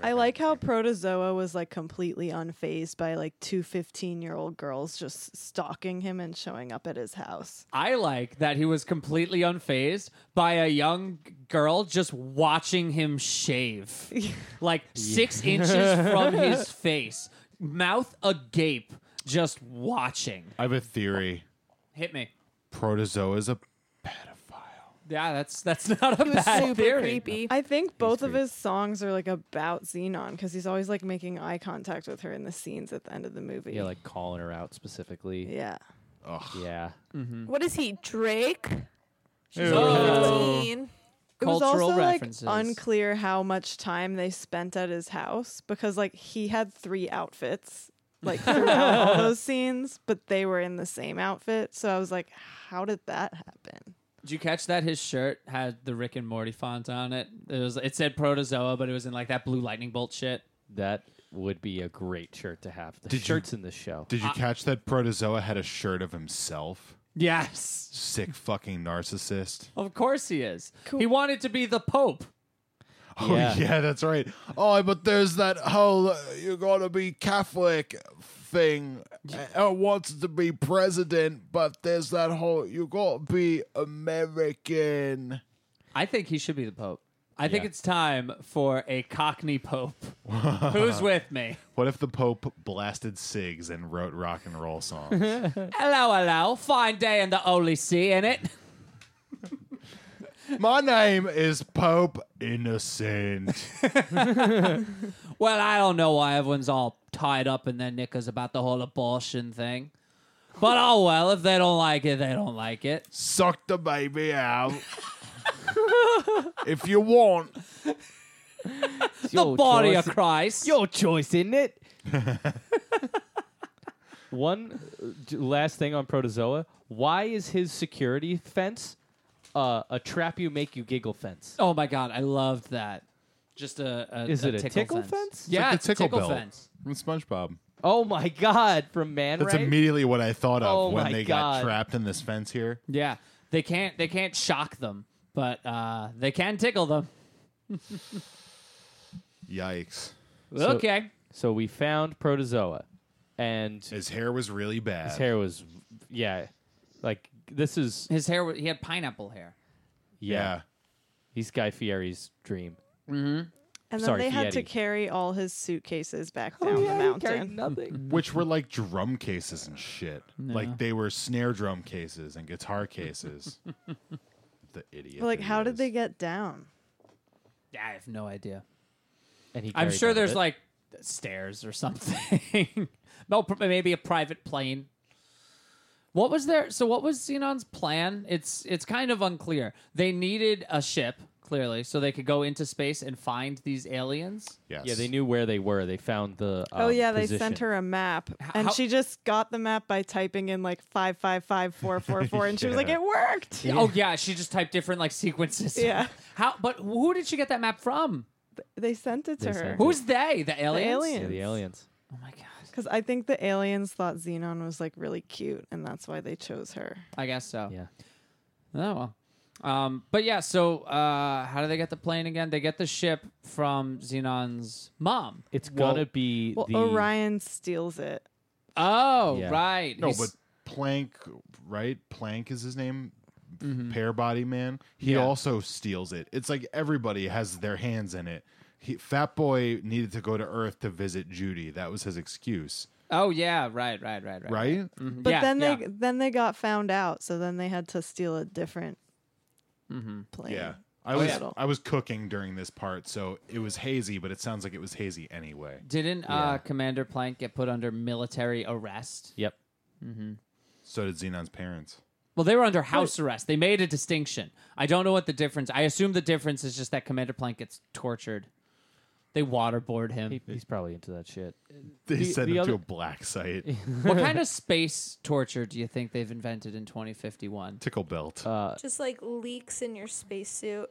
I like how Protozoa was like completely unfazed by like two 15 year old girls just stalking him and showing up at his house.
I like that he was completely unfazed by a young girl just watching him shave. like six inches from his face, mouth agape, just watching.
I have a theory.
Hit me.
Protozoa is a
Yeah, that's that's not a
It was
bad
super
theory.
creepy.
I think both of his songs are like about Xenon because he's always like making eye contact with her in the scenes at the end of the movie.
Yeah, like calling her out specifically.
yeah.
Yeah.
What is he, Drake? She's
Ew.
only
Oh.
15.
It was
Cultural
also
references.
like unclear how much time they spent at his house because like he had three outfits like throughout all those scenes, but they were in the same outfit. So I was like, how did that happen?
Did you catch that his shirt had the Rick and Morty font on it? It was it said protozoa, but it was in like that blue lightning bolt shit.
That would be a great shirt to have. The
Did you-
shirts in this show.
Did you catch that Protozoa had a shirt of himself?
Yes.
Sick fucking narcissist.
Of course he is. He wanted to be the Pope.
Oh
Yeah.
yeah, that's right. Oh, but there's that whole uh, you gotta be Catholic thing. I wants to be president, but there's that whole you gotta be American.
I think he should be the Pope. I think
Yeah.
it's time for a Cockney Pope. Who's with me?
What if the Pope blasted cigs and wrote rock and roll songs?
Hello, hello. Fine day in the Holy See, innit?
My name is Pope Innocent.
Well, I don't know why everyone's all tied up in their knickers about the whole abortion thing. But oh well, if they don't like it, they don't like it.
Suck the baby out. if you want,
The body
choice.
of Christ.
Your choice, isn't it? One uh, j- last thing on Protozoa. Why is his security fence uh, a trap you make you giggle fence?
Oh my god, I loved that. Just a, a
Is
a
it a
tickle,
tickle
fence?
fence?
Yeah,
the
it's a tickle,
bell
fence.
from SpongeBob.
Oh my God! From Man
That's
Ray?
immediately what I thought of
Oh my
when they
God.
got trapped in this fence here.
Yeah, they can't they can't shock them, but uh, they can tickle them.
Yikes.
So-
okay,
So we found Protozoa, and
His hair was really bad.
his hair was, yeah, like this is
his hair wa- he had pineapple hair.
yeah.
yeah, he's Guy Fieri's dream.
And then
Sorry,
they had to
Fieri.
carry all his suitcases back down the mountain.
nothing.
Which were like drum cases and shit. Like they were snare drum cases and guitar cases. the idiot.
Like,
that he
how did
is.
they get down?
I have no idea.
And he
I'm
carried
sure
none of
there's
it.
like stairs or something. no, pr- maybe a private plane. What was their so what was Xenon's plan? It's it's kind of unclear. They needed a ship, clearly, so they could go into space and find these aliens.
Yes.
yeah, they knew where they were. They found the
oh
um,
yeah, they
position.
sent her a map, and
how-
she just got the map by typing in like five five five four four four, and she was like,
Yeah.
"It worked."
Oh yeah, she just typed different like sequences.
Yeah.
How but who did she get that map from?
They sent it to
They
her
sent it.
Who's they? The aliens?
aliens.
Yeah, the aliens.
Oh my god.
because I think the aliens thought Xenon was like really cute, and that's why they chose her.
I guess so.
Yeah.
Oh well. Um, but yeah, so uh, how do they get the plane again? They get the ship from Xenon's mom.
It's
Well-
gonna be
Well,
the
Orion steals it.
Oh,
Yeah.
right.
No,
He's-
but Plank, right? Plank is his name.
Mm-hmm.
Pear body man. He
Yeah.
also steals it. It's like everybody has their hands in it. He, Fat Boy needed to go to Earth to visit Judy. That was his excuse,
oh yeah, right, right, right, right.
right?
Mm-hmm.
Mhm.
But
Yeah,
then they
yeah.
then they got found out, so then they had to steal a different
Mm-hmm.
plane.
Yeah. I
Oh,
was
yeah.
I was cooking during this part, so it was hazy, but it sounds like it was hazy anyway.
didn't uh, Commander Plank get put under military arrest?
Yep.
So did Xenon's parents.
Well, they were under house arrest. They made a distinction. I don't know what the difference. I assume the difference is just that Commander Plank gets tortured. They waterboard him.
He- he's probably into that shit.
They
The-
sent
the
him
other-
to a black site.
what kind of space torture do you think they've invented in 2051?
Tickle belt.
Uh,
Just like leaks in your spacesuit.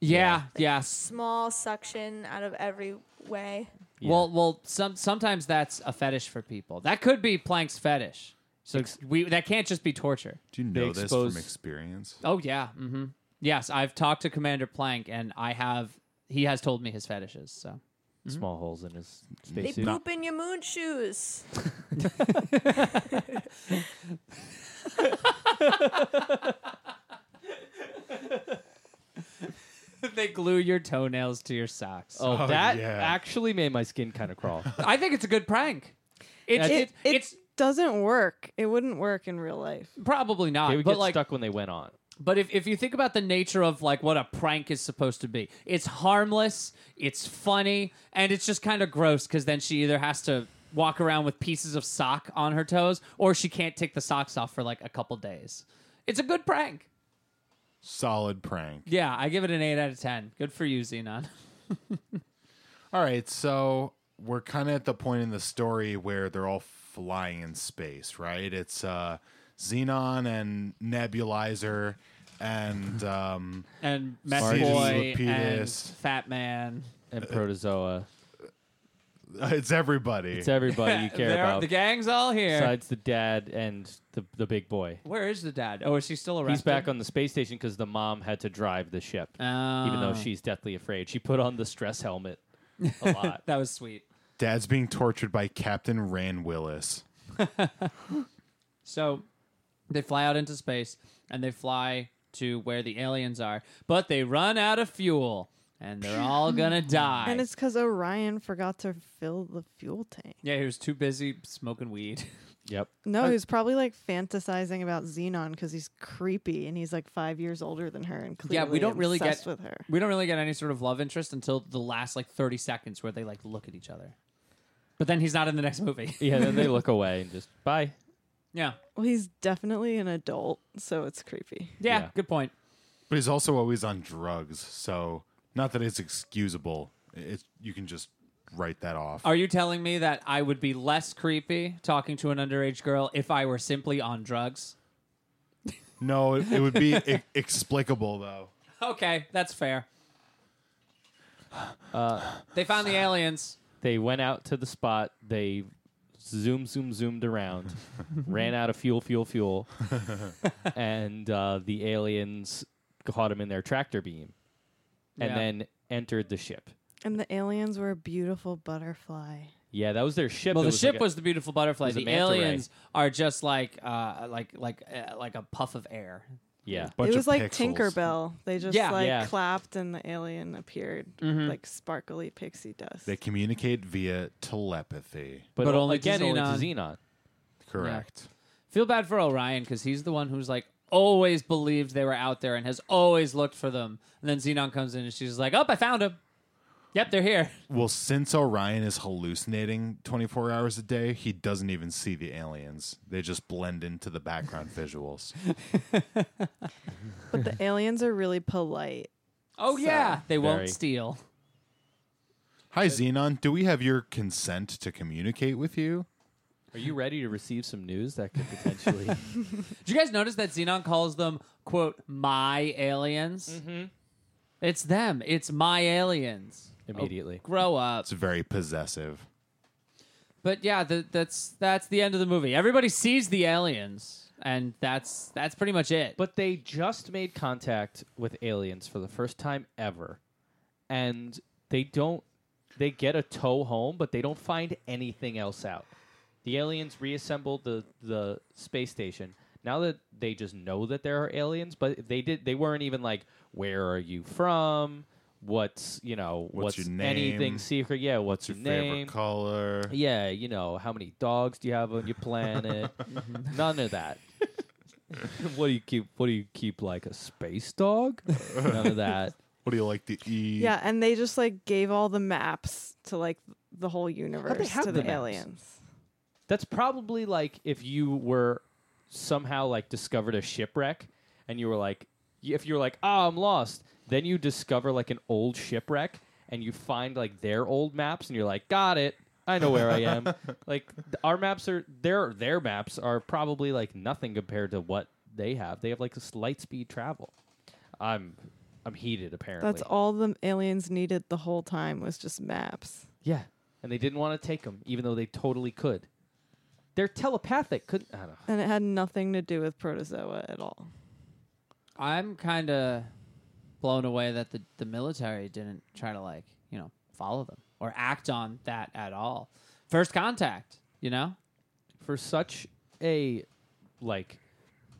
Yeah, yes.
Small suction out of every way.
Well, well, some sometimes that's a fetish for people. That could be Plank's fetish. So we that can't just be torture.
Do you know
they
this
expose-
from experience?
Oh yeah. Mm-hmm. Yes, I've talked to Commander Plank, and I have. He has told me his fetishes. So
Small holes in his
They
spacesuit.
poop in your moon shoes.
they glue your toenails to your socks.
Oh,
Oh,
that
yeah.
actually made my skin kind of crawl.
I think it's a good prank. It's,
It-
it,
it
it's
doesn't work. It wouldn't work in real life.
probably
they
not,
would
but
get
like,
stuck when they went on.
but if, if you think about the nature of like what a prank is supposed to be, it's harmless, it's funny, and it's just kind of gross because then she either has to walk around with pieces of sock on her toes, or she can't take the socks off for like a couple days. It's a good prank.
Solid prank.
Yeah, I give it an eight out of ten. Good for you, Xenon.
All right, so we're kind of at the point in the story where they're all flying in space, right? It's uh, Xenon and Nebulizer and um,
and Mess
Marty
Boy and
Lapidus.
Fat Man.
And Protozoa.
It's everybody.
It's e- everybody you care
They're-
about.
The gang's all here.
Besides the dad and the, the big boy.
Where is the dad? Oh, is he still arrested?
He's back on the space station because the mom had to drive the ship, even though
Ah.
she's deathly afraid. She put on the stress helmet a lot.
That was sweet.
Dad's being tortured by Captain Rand Willis.
So they fly out into space and they fly to where the aliens are, but they run out of fuel and they're all gonna die.
And it's because Orion forgot to fill the fuel tank.
yeah, he was too busy smoking weed.
yep.
No, he was probably like fantasizing about Xenon because he's creepy and he's like five years older than her and clearly
yeah, we don't really
obsessed
get
with her.
We don't really get any sort of love interest until the last like thirty seconds where they like look at each other. But then he's not in the next movie.
Yeah, then they look away and just, bye.
yeah.
Well, he's definitely an adult, so it's creepy.
yeah,
Yeah.
Good point.
But he's also always on drugs, so not that it's excusable. It's you can just write that off.
Are you telling me that I would be less creepy talking to an underage girl if I were simply on drugs?
no, it, it would be I- explicable though.
Okay, that's fair. they found the aliens.
They went out to the spot. They zoom, zoom, zoomed around, ran out of fuel, fuel, fuel, and uh, the aliens caught him in their tractor beam, and
Yeah.
then entered the ship.
And the aliens were a beautiful butterfly.
Yeah, that was their ship.
Well,
It
the
like
ship
a-
was the beautiful butterfly.
was a
The
manta ray.
aliens are just like, uh, like, like, uh, like a puff of air.
yeah.
it
Bunch of
was like
pixels.
Tinkerbell. They just
Yeah.
like
Yeah.
clapped and the alien appeared like sparkly pixie dust.
They communicate via telepathy.
But
o-
only to
again, only to
Xenon.
Xenon.
Correct.
Feel bad for Orion because he's the one who's like always believed they were out there and has always looked for them. And then Xenon comes in and she's like, "Oh, I found them. Yep, they're here."
Well, since Orion is hallucinating 24 hours a day, he doesn't even see the aliens. They just blend into the background visuals.
but the aliens are really polite.
Oh yeah, they
Very.
won't steal.
Hi, Xenon. Do we have your consent to communicate with you?
Are you ready to receive some news that could potentially?
Did you guys notice that Xenon calls them "quote my aliens"? Mm-hmm. It's them. It's my aliens.
Immediately.
Oh, grow up.
It's very possessive.
But yeah, the, that's that's the end of the movie. Everybody sees the aliens, and that's that's pretty much it.
but they just made contact with aliens for the first time ever, and they don't. They get a tow home, but they don't find anything else out. The aliens reassembled the the space station. Now that they just know that there are aliens, but they did. They weren't even like, "Where are you from? What's you know?
What's your name?
Anything secret? Yeah. What's
It's your
your name?
favorite color.
yeah, you know, how many dogs do you have on your planet? None of that. what do you keep? What do you keep like a space dog? None of that.
What do you like to eat?
Yeah, and they just like gave all the maps to like the whole universe
have
to
the
the,
maps?
aliens.
That's probably like if you were somehow like discovered a shipwreck and you were like, if you were like, ah, I'm lost, then you discover like an old shipwreck and you find like their old maps and you're like, got it. I know where I am. like th- our maps are their their maps are probably like nothing compared to what they have. They have like this light speed travel. I'm I'm heated apparently.
That's all the aliens needed the whole time was just maps.
Yeah, and they didn't want to take them even though they totally could. They're telepathic. Couldn't I don't know.
And it had nothing to do with protozoa at all.
I'm kind of blown away that the, the military didn't try to like you know follow them or act on that at all. First contact, you know.
for such a like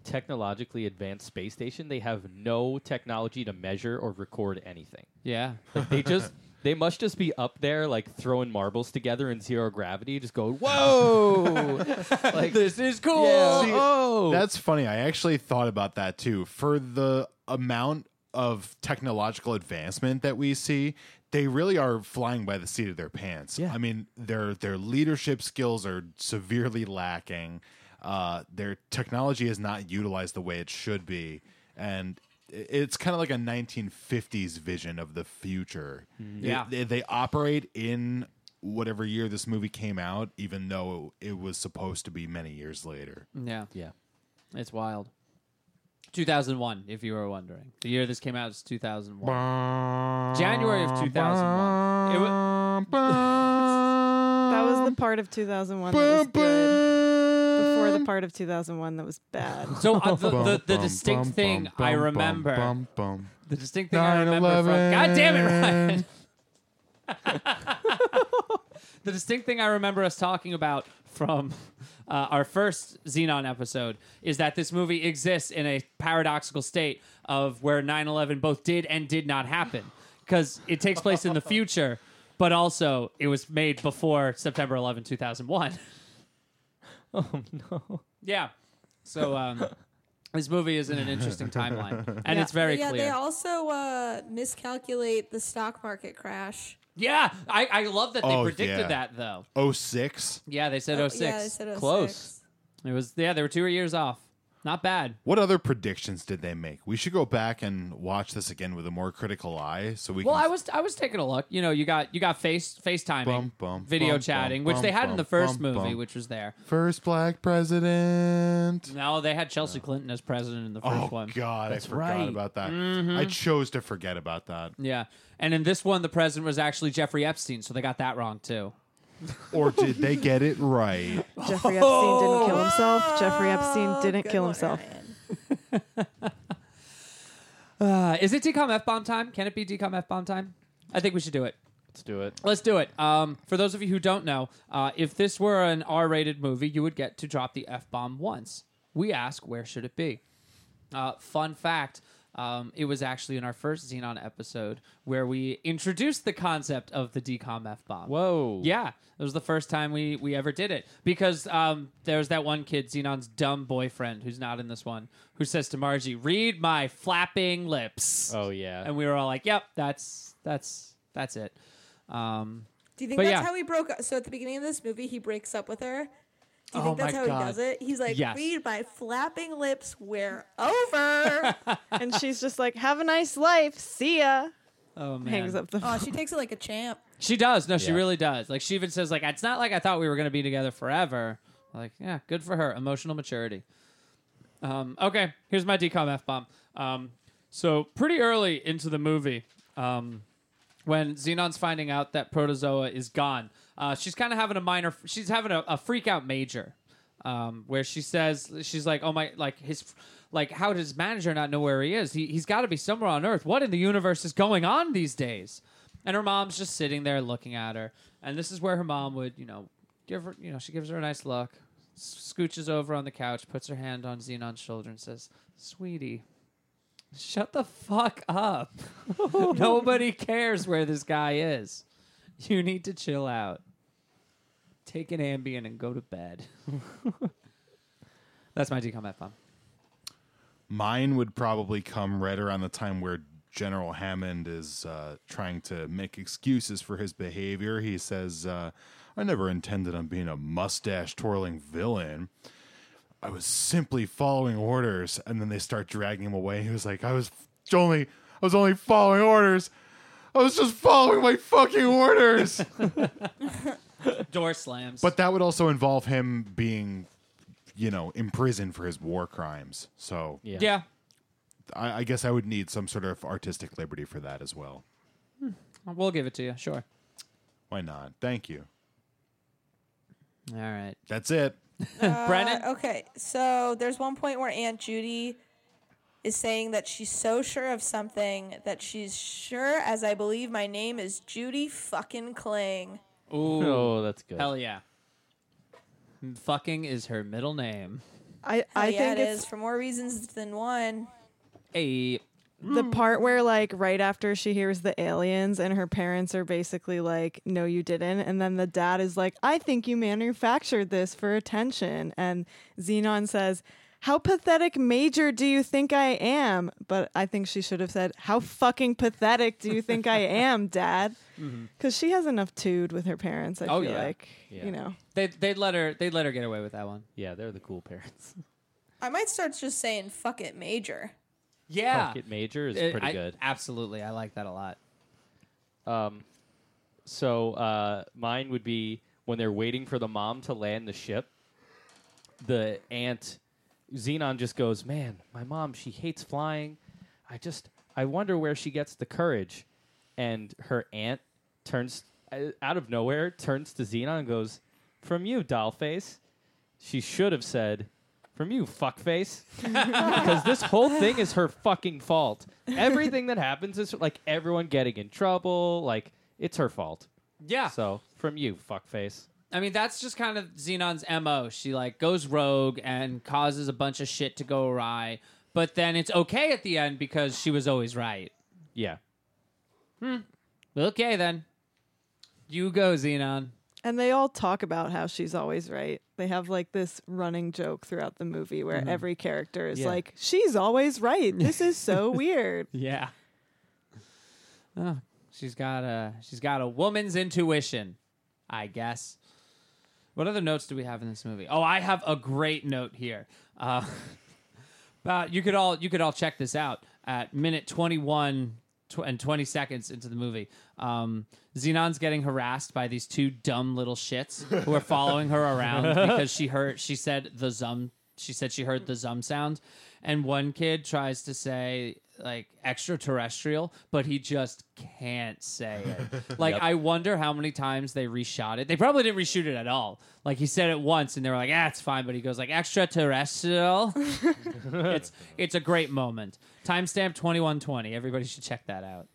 technologically advanced space station, they have no technology to measure or record anything.
Yeah,
Like they just they must just be up there like throwing marbles together in zero gravity, just going, Whoa Like
this is cool.
See,
oh
That's funny. I actually thought about that too. For the amount of technological advancement that we see, they really are flying by the seat of their pants.
Yeah.
I mean, their their leadership skills are severely lacking. Uh, their technology is not utilized the way it should be, and i- it's kind of like a 1950s vision of the future.
Mm-hmm.
Yeah.
They- they operate in whatever year this movie came out, even though it was supposed to be many years later.
yeah,
Yeah.
it's wild. 2001, if you were wondering, the year this came out is 2001. January of 2001. It wa-
part of 2001 that was good
Bum, bum.
before the part of 2001 that was bad.
So uh, the, the, the
Bum,
distinct
bum,
thing
bum,
I
bum,
remember,
bum, bum.
the distinct thing I remember from
9/11.
God damn it, Ryan. the distinct thing I remember us talking about from uh, our first Xenon episode is that this movie exists in a paradoxical state of where 9 11 both did and did not happen because it takes place in the future, but also it was made before September 11, 2001.
Oh no.
Yeah. So um, this movie is in an interesting timeline, and
Yeah.
it's very
yeah,
clear.
they also uh, miscalculate the stock market crash.
yeah, I, I love that they
Oh,
predicted
yeah.
that though.
Oh, 06.
Yeah, they said
Oh,
06.
Yeah, they said 06.
Close.
It was yeah, they were two years off. Not bad.
What other predictions did they make? We should go back and watch this again with a more critical eye, so we
Well,
can.
I was I was taking a look. You know, you got you got face FaceTiming,
Bum, bum,
video
bum,
chatting,
bum,
which they had
bum,
in the first
bum,
movie,
bum.
which was there.
first black president.
No, they had Chelsea Clinton as president in the first
Oh
one. Mm-hmm.
God, I forgot
right.
about that. I chose to forget about that,
Yeah, and in this one, the president was actually Jeffrey Epstein, so they got that wrong too.
or did they get it right?
Jeffrey Epstein didn't kill himself. Jeffrey Epstein
Oh,
didn't
good
kill
one,
himself.
Ryan.
Uh, is it decom f bomb time? Can it be decom f bomb time? I think we should do it.
Let's do it.
Let's do it. Um, for those of you who don't know, uh, if this were an R rated movie, you would get to drop the F bomb once. We ask, where should it be? Uh, fun fact um, it was actually in our first Xenon episode where we introduced the concept of the decom F bomb.
Whoa.
Yeah, it was the first time we we ever did it because um, there's that one kid, Xenon's dumb boyfriend, who's not in this one, who says to Margie, "Read my flapping lips."
Oh yeah.
and we were all like, "Yep, that's that's that's it." Um,
Do you think
But
that's
yeah.
how he broke up? So at the beginning of this movie, he breaks up with her. Do
Oh
you think that's
my
how
God.
he does it? He's like,
Yes.
read my flapping lips, we're over.
And she's just like, "Have a nice life. See ya."
oh man,
Hangs up the phone.
oh, she takes it like a champ.
She does. No, she
Yeah.
really does. Like she even says, like it's not like I thought we were gonna be together forever. Like yeah, good for her. Emotional maturity. Um, okay, here's my decom f bomb. Um, so pretty early into the movie, um, when Xenon's finding out that Protozoa is gone, uh, she's kind of having a minor. She's having a, a freak out major, um, where she says she's like, "Oh my, like his, like how does his manager not know where he is? He he's got to be somewhere on Earth. What in the universe is going on these days?" And her mom's just sitting there looking at her, and this is where her mom would, you know, give her, you know, she gives her a nice look, s- scooches over on the couch, puts her hand on Xenon's shoulder, and says, "Sweetie." Shut the fuck up. Nobody cares where this guy is. You need to chill out. Take an Ambien and go to bed. That's my decom F bomb.
Mine would probably come right around the time where General Hammond is uh, trying to make excuses for his behavior. He says, uh, I never intended on being a mustache twirling villain. I was simply following orders. And then they start dragging him away. He was like, I was f- only, I was only following orders. I was just following my fucking orders.
Door slams.
but that would also involve him being, you know, imprisoned for his war crimes. So
Yeah.
yeah.
I, I guess I would need some sort of artistic liberty for that as well.
we'll give it to you. Sure.
Why not? Thank you.
All right.
That's it.
Brennan?
Uh, okay, so there's one point where Aunt Judy is saying that she's so sure of something that she's sure as I believe my name is Judy fucking Kling.
Ooh.
Oh, that's good.
Hell yeah. Fucking is her middle name.
I
Hell
I
Oh, yeah,
think
it
it's
is, for more reasons than one.
Hey.
the
Mm.
part where like right after she hears the aliens and her parents are basically like no you didn't and then the dad is like i think you manufactured this for attention and xenon says how pathetic major do you think i am but i think she should have said how fucking pathetic do you think i am dad because she has enough tood with her parents i
Mm-hmm. Oh,
feel
yeah.
like
Yeah.
you know
They they let her they let her get away with that one.
Yeah, they're the cool parents.
I might start just saying fuck it, major.
Yeah.
Pocket major is
It-
pretty
I-
good.
Absolutely. I like that a lot.
Um, so uh, mine would be when they're waiting for the mom to land the ship. The aunt Xenon just goes, "Man, my mom, she hates flying. I just, I wonder where she gets the courage." And her aunt turns uh, out of nowhere, turns to Xenon and goes, From you, dollface. She should have said, From you, fuckface. Because this whole thing is her fucking fault. Everything that happens is like everyone getting in trouble. Like, it's her fault.
Yeah.
So, from you, fuckface.
I mean, that's just kind of Xenon's MO. She like goes rogue and causes a bunch of shit to go awry, but then it's okay at the end because she was always right.
Yeah.
Okay, then. You go, Xenon.
And they all talk about how she's always right. They have like this running joke throughout the movie where every character is
Yeah.
like, she's always right. This is so weird.
Yeah. Oh, she's got a she's got a woman's intuition, I guess. What other notes do we have in this movie? Oh, I have a great note here. Uh, about you could all you could all check this out at minute twenty one tw- and twenty seconds into the movie. Um, Xenon's getting harassed by these two dumb little shits who are following her around because she heard she said the zum she said she heard the zum sound, and one kid tries to say like extraterrestrial, but he just can't say it. Like I wonder how many times they reshot it. They probably didn't reshoot it at all. Like he said it once, and they were like, "Ah, it's fine," but he goes like extraterrestrial. it's it's a great moment. Timestamp twenty one twenty. Everybody should check that out.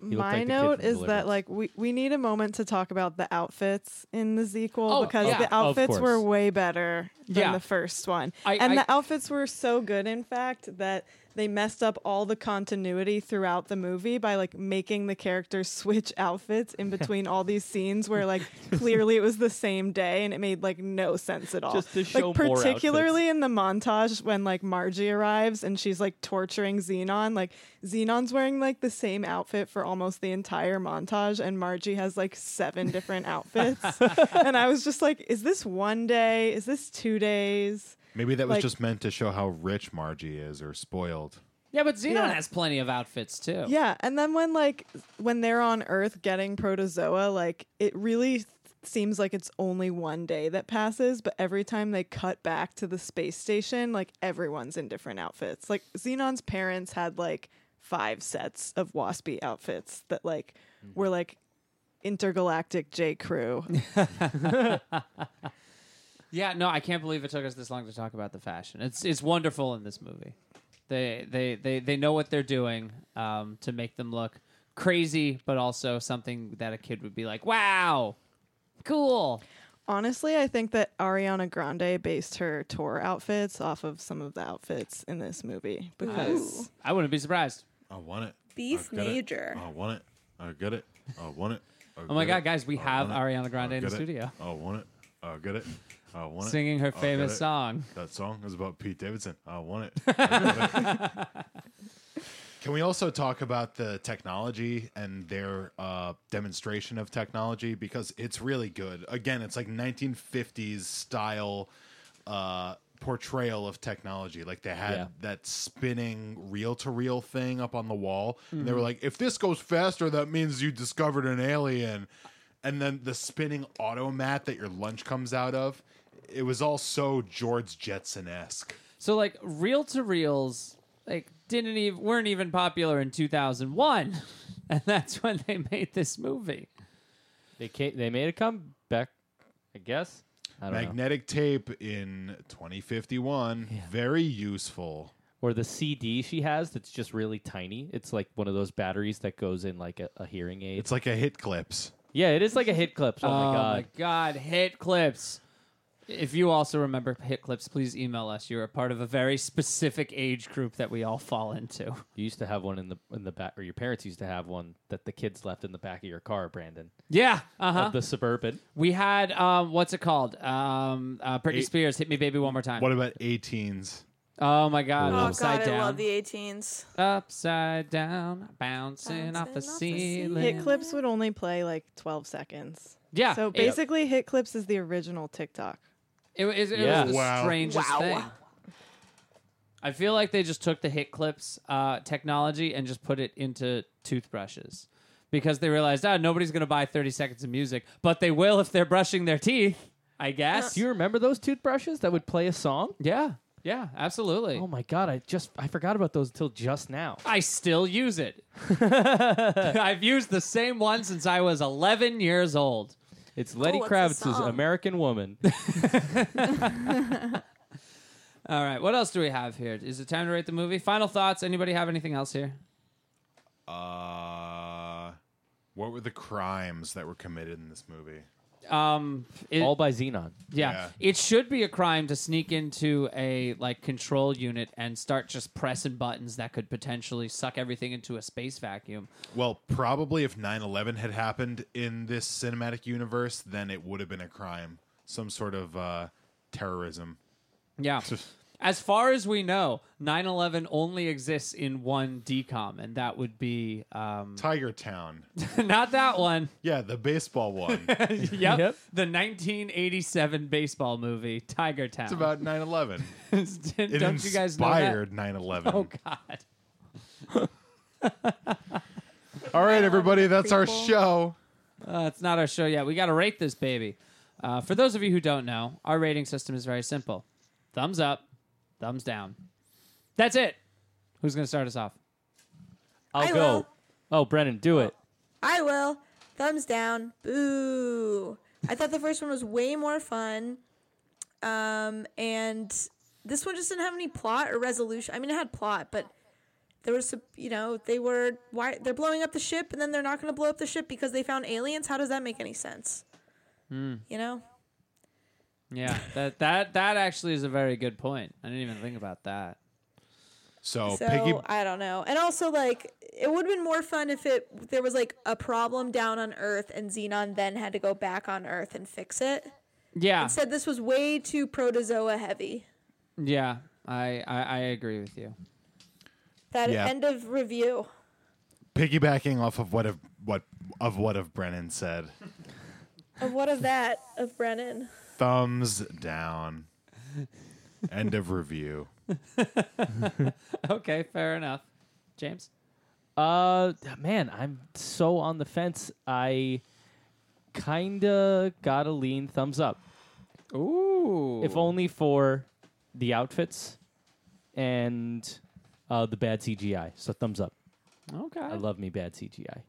looked
My
like the kid
note
from
is that
Deliverance.
like we, we need a moment to talk about the outfits in the sequel
Oh,
because
yeah.
the
Of
outfits were
course.
way better than
Yeah.
the first one.
I-
and
I-
the outfits were so good in fact that they messed up all the continuity throughout the movie by like making the characters switch outfits in between all these scenes where like clearly it was the same day and it made like no sense at all.
Just to show
like
more
particularly in the montage when like Margie arrives and she's like torturing Xenon, like Xenon's wearing like the same outfit for almost the entire montage and Margie has like seven different outfits. and I was just like, is this one day? Is this two days?
Maybe that was
Like-
just meant to show how rich Margie is or spoiled.
Yeah, but Xenon
Yeah.
has plenty of outfits too.
Yeah, and then when like when they're on Earth getting protozoa, like it really th- seems like it's only one day that passes, but every time they cut back to the space station, like everyone's in different outfits. Like Xenon's parents had like five sets of waspy outfits that like were like intergalactic J crew.
Yeah, no, I can't believe it took us this long to talk about the fashion. It's it's wonderful in this movie. They they they, they know what they're doing um, to make them look crazy, but also something that a kid would be like, "Wow, cool."
Honestly, I think that Ariana Grande based her tour outfits off of some of the outfits in this movie because
I wouldn't be surprised.
I want it.
Beef
I get it. Oh.
Major.
I want it. I get it. I want it.
Oh my God, guys, we have Ariana Grande in the
get it.
studio
I want it. I get it. I want it.
singing her
I'll
famous
get it.
song.
That song is about Pete Davidson. I want it. I want it. Can we also talk about the technology and their uh, demonstration of technology because it's really good. Again, it's like 1950s style uh, portrayal of technology. Like they had
Yeah.
that spinning reel to reel thing up on the wall, and they were like, "If this goes faster, that means you discovered an alien." And then the spinning automat that your lunch comes out of. It was all so George Jetson esque.
So like reel to reels like didn't even weren't even popular in 2001. And that's when they made this movie.
They, ca- they made a comeback, I guess. I don't know.
Magnetic tape in 2051, very useful.
or the CD she has that's just really tiny. It's like one of those batteries that goes in like a, a hearing aid.
It's like a hit clips.
yeah, it is like a hit clip. Oh, my
my
god.
God, hit clips. If you also remember hit clips, please email us. You're a part of a very specific age group that we all fall into.
You used to have one in the in the back, or your parents used to have one that the kids left in the back of your car, Brandon,
Yeah, uh huh.
of the suburban.
we had um, what's it called? Um, uh, Britney
Eight-
Spears, "Hit Me, Baby, One More Time."
What about 18s?
oh my God,
Oh
upside
God,
down,
I love the 18s.
upside down, bouncing, off the
Bouncing off the
ceiling.
Hit clips would only play like 12 seconds.
Yeah,
So
it-
basically, hit clips is the original TikTok.
It, was- it
Yeah.
was the
Wow.
strangest
Wow.
thing. I feel like they just took the hit clips uh, technology and just put it into toothbrushes because they realized, ah, nobody's going to buy 30 seconds of music, but they will if they're brushing their teeth, I guess.
Do you remember those toothbrushes that would play a song?
yeah, yeah, absolutely.
Oh my god, I just I forgot about those until just now.
I still use it. I've used the same one since I was 11 years old.
It's Lenny
Oh, what's the
Kravitz's
song?
American Woman.
All right. What else do we have here? Is it time to rate the movie? Final thoughts. Anybody have anything else here?
Uh, what were the crimes that were committed in this movie?
Um, it-
All by Xenon.
yeah.
yeah.
It should be a crime to sneak into a like control unit and start just pressing buttons that could potentially suck everything into a space vacuum.
Well, probably if 9 11 had happened in this cinematic universe, then it would have been a crime. Some sort of uh, terrorism.
Yeah. As far as we know, 9/11 only exists in one decom, and that would be um,
Tiger Town.
not that one.
Yeah, the baseball one. It's
Yep.
Yep.
the 1987 baseball movie Tiger Town.
about 9 11.
Don't
It
you guys know that?
inspired 9 11.
Oh God.
All right, everybody, that's our show.
Uh, it's not our show yet. We got to rate this baby. Uh, for those of you who don't know, our rating system is very simple: thumbs up, thumbs down. That's it. Who's going to start us off?
I'll
I
go.
will.
Oh, Brennan, do it.
I will. Thumbs down. Boo. I thought the first one was way more fun. Um, and this one just didn't have any plot or resolution. I mean, it had plot, but there was, some- you know, they were why they're blowing up the ship, and then they're not going to blow up the ship because they found aliens. How does that make any sense?
Hmm.
You know,
Yeah, that that that actually is a very good point. I didn't even think about that.
So,
so
Piggy,
I don't know. And also, like, it would have been more fun if it there was like a problem down on Earth, and Xenon then had to go back on Earth and fix it.
Yeah,
said this was way too protozoa heavy.
yeah, I I, I agree with you.
That
Yeah.
end of review.
piggybacking off of what of what of what of Brennan said,
Of what of that of Brennan?
thumbs down. End of review.
Okay, fair enough. James,
Uh, man, I'm so on the fence. I kinda gotta lean thumbs up,
ooh,
if only for the outfits and uh, the bad CGI. So thumbs up.
okay,
I love me bad CGI.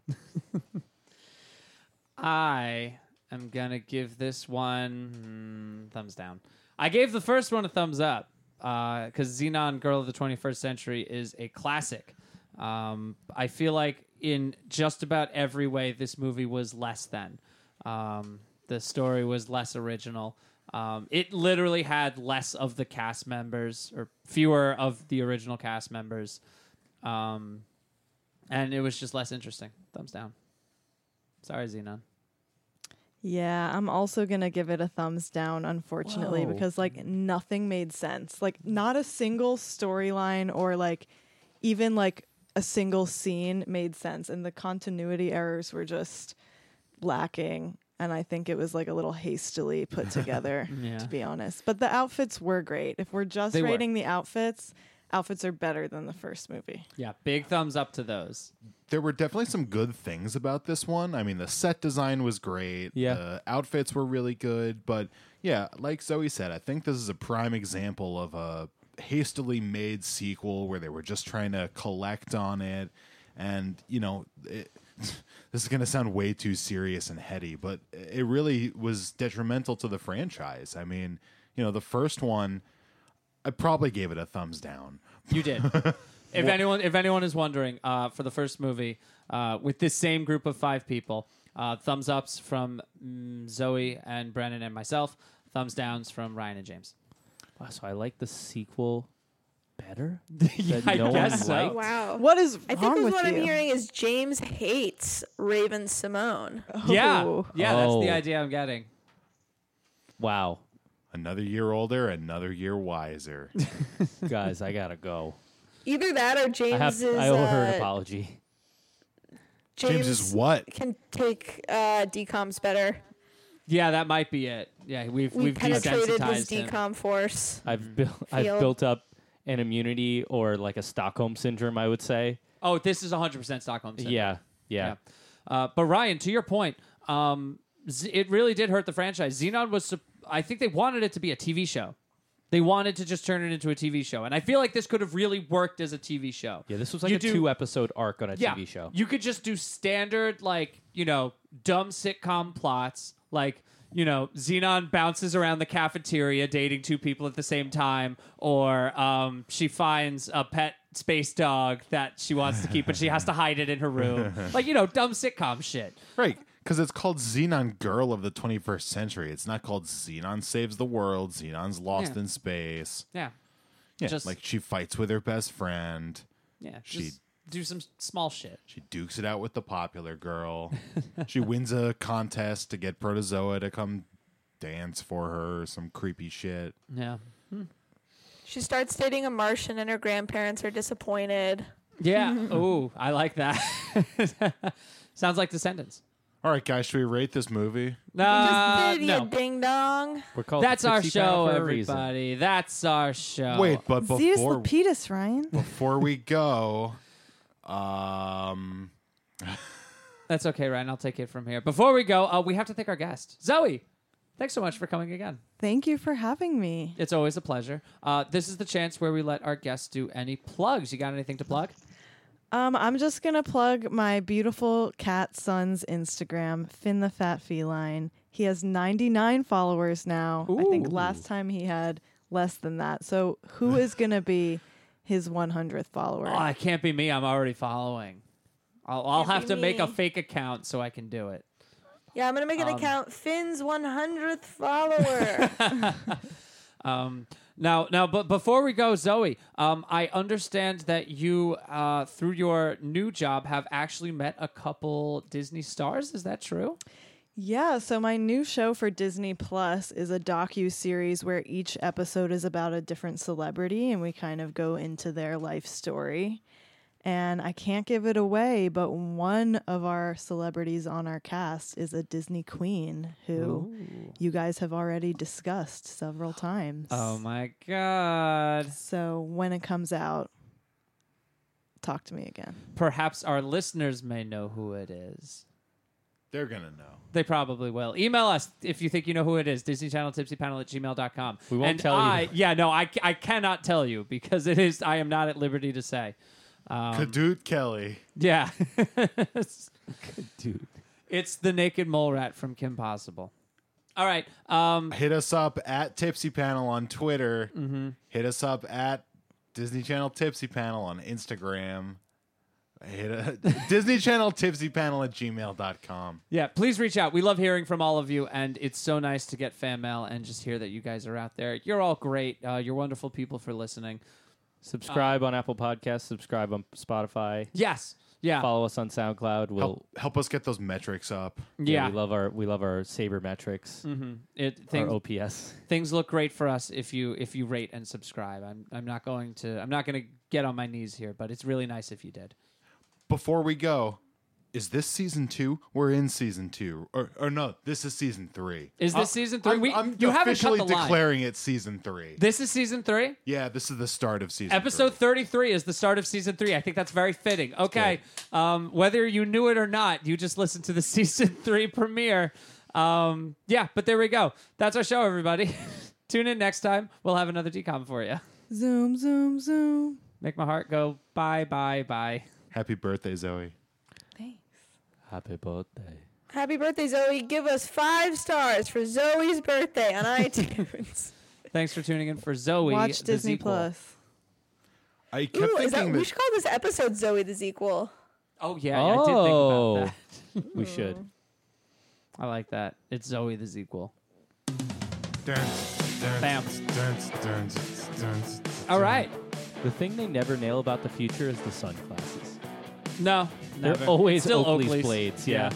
I am gonna give this one mm, thumbs down. I gave the first one a thumbs up because Xenon Girl of the 21st Century is a classic. Um, I feel like in just about every way, this movie was less than. Um, the story was less original. Um, it literally had less of the cast members or fewer of the original cast members. Um, and it was just less interesting. Thumbs down. Sorry, Xenon.
Yeah, I'm also going to give it a thumbs down, unfortunately,
Whoa.
because like nothing made sense. Like, not a single storyline or like even like a single scene made sense. And the continuity errors were just lacking. And I think it was like a little hastily put together,
Yeah.
to be honest. But the outfits were great. If we're just
They were.
rating the outfits, outfits are better than the first movie.
Yeah, big thumbs up to those.
There were definitely some good things about this one. I mean, the set design was great.
Yeah.
The outfits were really good. But yeah, like Zoe said, I think this is a prime example of a hastily made sequel where they were just trying to collect on it. And, you know, it, this is going to sound way too serious and heady, but it really was detrimental to the franchise. I mean, you know, the first one, I probably gave it a thumbs down.
You did. if anyone, if anyone is wondering, uh, for the first movie, uh, with this same group of five people, uh, thumbs ups from mm, Zoe and Brennan and myself, thumbs downs from Ryan and James.
Wow, so I like the sequel better.
Yeah,
That
I
no one
guess so.
liked?
Wow.
What is wrong
I think
with
what I'm
you?
hearing is James hates Raven Simone.
Yeah,
Oh.
yeah, that's the
Oh.
idea I'm getting.
Wow,
Another year older, another year wiser.
guys, I gotta go.
Either that or James
I have.
is
I owe her an
uh,
apology.
James is what?
can take uh, decoms better.
Yeah, that might be it. Yeah, we've
We
we've
penetrated his
desensitized him.
decom force.
I've built.
Feel-
I've built up an immunity or like a Stockholm syndrome. I would say.
Oh, this is 100% Stockholm syndrome.
Yeah. Yeah.
Yeah. Uh, but Ryan, to your point, um, Z- it really did hurt the franchise. Xenon was, sup- I think they wanted it to be a TV show. They wanted to just turn it into a TV show, and I feel like this could have really worked as a TV show.
Yeah, this was like
You
a
do-
two-episode arc on a
yeah,
TV show.
You could just do standard, like you know, dumb sitcom plots, Like, you know, Xenon bounces around the cafeteria dating two people at the same time, or um, she finds a pet space dog that she wants to keep, but she has to hide it in her room. Like, you know, dumb sitcom shit.
Right. Because it's called Xenon Girl of the 21st Century. It's not called Xenon Saves the World. Xenon's Lost
Yeah.
in Space.
Yeah.
Yeah.
Just-
like she fights with her best friend.
Yeah.
She-
just do some s- small shit.
She dukes it out with the popular girl. she wins a contest to get Protozoa to come dance for her or some creepy shit.
Yeah.
She starts dating a Martian, and her grandparents are disappointed.
Yeah. Ooh, I like that. Sounds like Descendants.
All right, guys, should we rate this movie?
Uh,
Just did
no.
you ding dong.
We're called
That's
the
our
60 pound
show,
for a reason.
everybody. Uh, That's our show.
Wait, but
Zeus
before
Lapidus, Ryan.
before we go, um,
That's okay, Ryan. I'll take it from here. Before we go, uh, we have to thank our guest, Zoe. Thanks so much for coming again.
Thank you for having me.
It's always a pleasure. Uh, this is the chance where we let our guests do any plugs. You got anything to plug?
Um, I'm just gonna plug my beautiful cat son's Instagram, Finn the Fat Feline. He has 99 followers now. I think
Ooh.
last time he had less than that. So who is gonna be his 100th follower?
Oh, it can't be me. I'm already following. I'll, I'll
Can't
have to
be
make a
me.
fake account so I can do it.
Yeah, I'm gonna make an account. Finn's 100th follower.
Um, now, now, but before we go, Zoe, um, I understand that you, uh, through your new job, have actually met a couple Disney stars. Is that true?
Yeah, so my new show for Disney Plus is a docu series where each episode is about a different celebrity and we kind of go into their life story. And I can't give it away, but one of our celebrities on our cast is a Disney queen who you guys have already discussed several times.
Oh my God!
So when it comes out, talk to me again.
Perhaps our listeners may know who it is.
they're gonna know.
They probably will. Email us if you think you know who it is. Disney Channel Tipsy Panel at gmail.com.
We won't
and
tell you.
I, Yeah, no, I, I cannot tell you because it is. I am not at liberty to say. Um,
Kadoot Kelly.
yeah,
Dude.
it's the naked mole rat from Kim Possible. All right. Um,
Hit us up at Tipsy Panel on Twitter.
Mm-hmm.
Hit us up at Disney Channel Tipsy Panel on Instagram. Hit a, Disney Channel Tipsy Panel at gmail.com.
yeah, please reach out. We love hearing from all of you, and it's so nice to get fan mail and just hear that you guys are out there. You're all great. Uh, you're wonderful people for listening.
Subscribe on Apple Podcasts. Subscribe on Spotify.
Yes. Yeah.
Follow us on SoundCloud. We'll
Help, help us get those metrics up.
Yeah. Mm-hmm.
we love our we love our saber metrics.
it,
Our
things,
OPS.
things look great for us if you if you rate and subscribe. I'm I'm not going to I'm not going to get on my knees here, but it's really nice if you did.
Before we go, is this season two? We're in season two. Or, or no, this is season three.
Is this
I'm-
season three?
Uh, I'm,
We-
I'm
you haven't cut
officially
the line.
declaring it season three.
This is season 3.
yeah, this is the start of season
Episode
three.
33 is the start of season 3. I think that's very fitting. Okay. Um, whether you knew it or not, you just listened to the season 3 premiere. Um, yeah, but there we go. That's our show everybody. Tune in next time. We'll have another decom for you.
Zoom, zoom, zoom.
Make my heart go bye bye bye.
Happy birthday, Zoe.
Thanks.
Happy birthday.
Happy birthday, Zoe. Give us five stars for Zoe's birthday on iTunes.
Thanks for tuning in for Zoe.
Watch
the
Disney
sequel.
Plus.
I kept
Ooh,
thinking
is that,
that-
we should call this episode Zoe the sequel.
Oh yeah, yeah, I did think about
Oh.
that.
We should.
I like that. It's Zoe the sequel.
Dance, dance,
Bam.
dance, dance, dance.
All right.
The thing they never nail about the future is the sunglasses.
No,
They're
never.
always
Still
Oakley's
Oakleys.
blades. Yeah.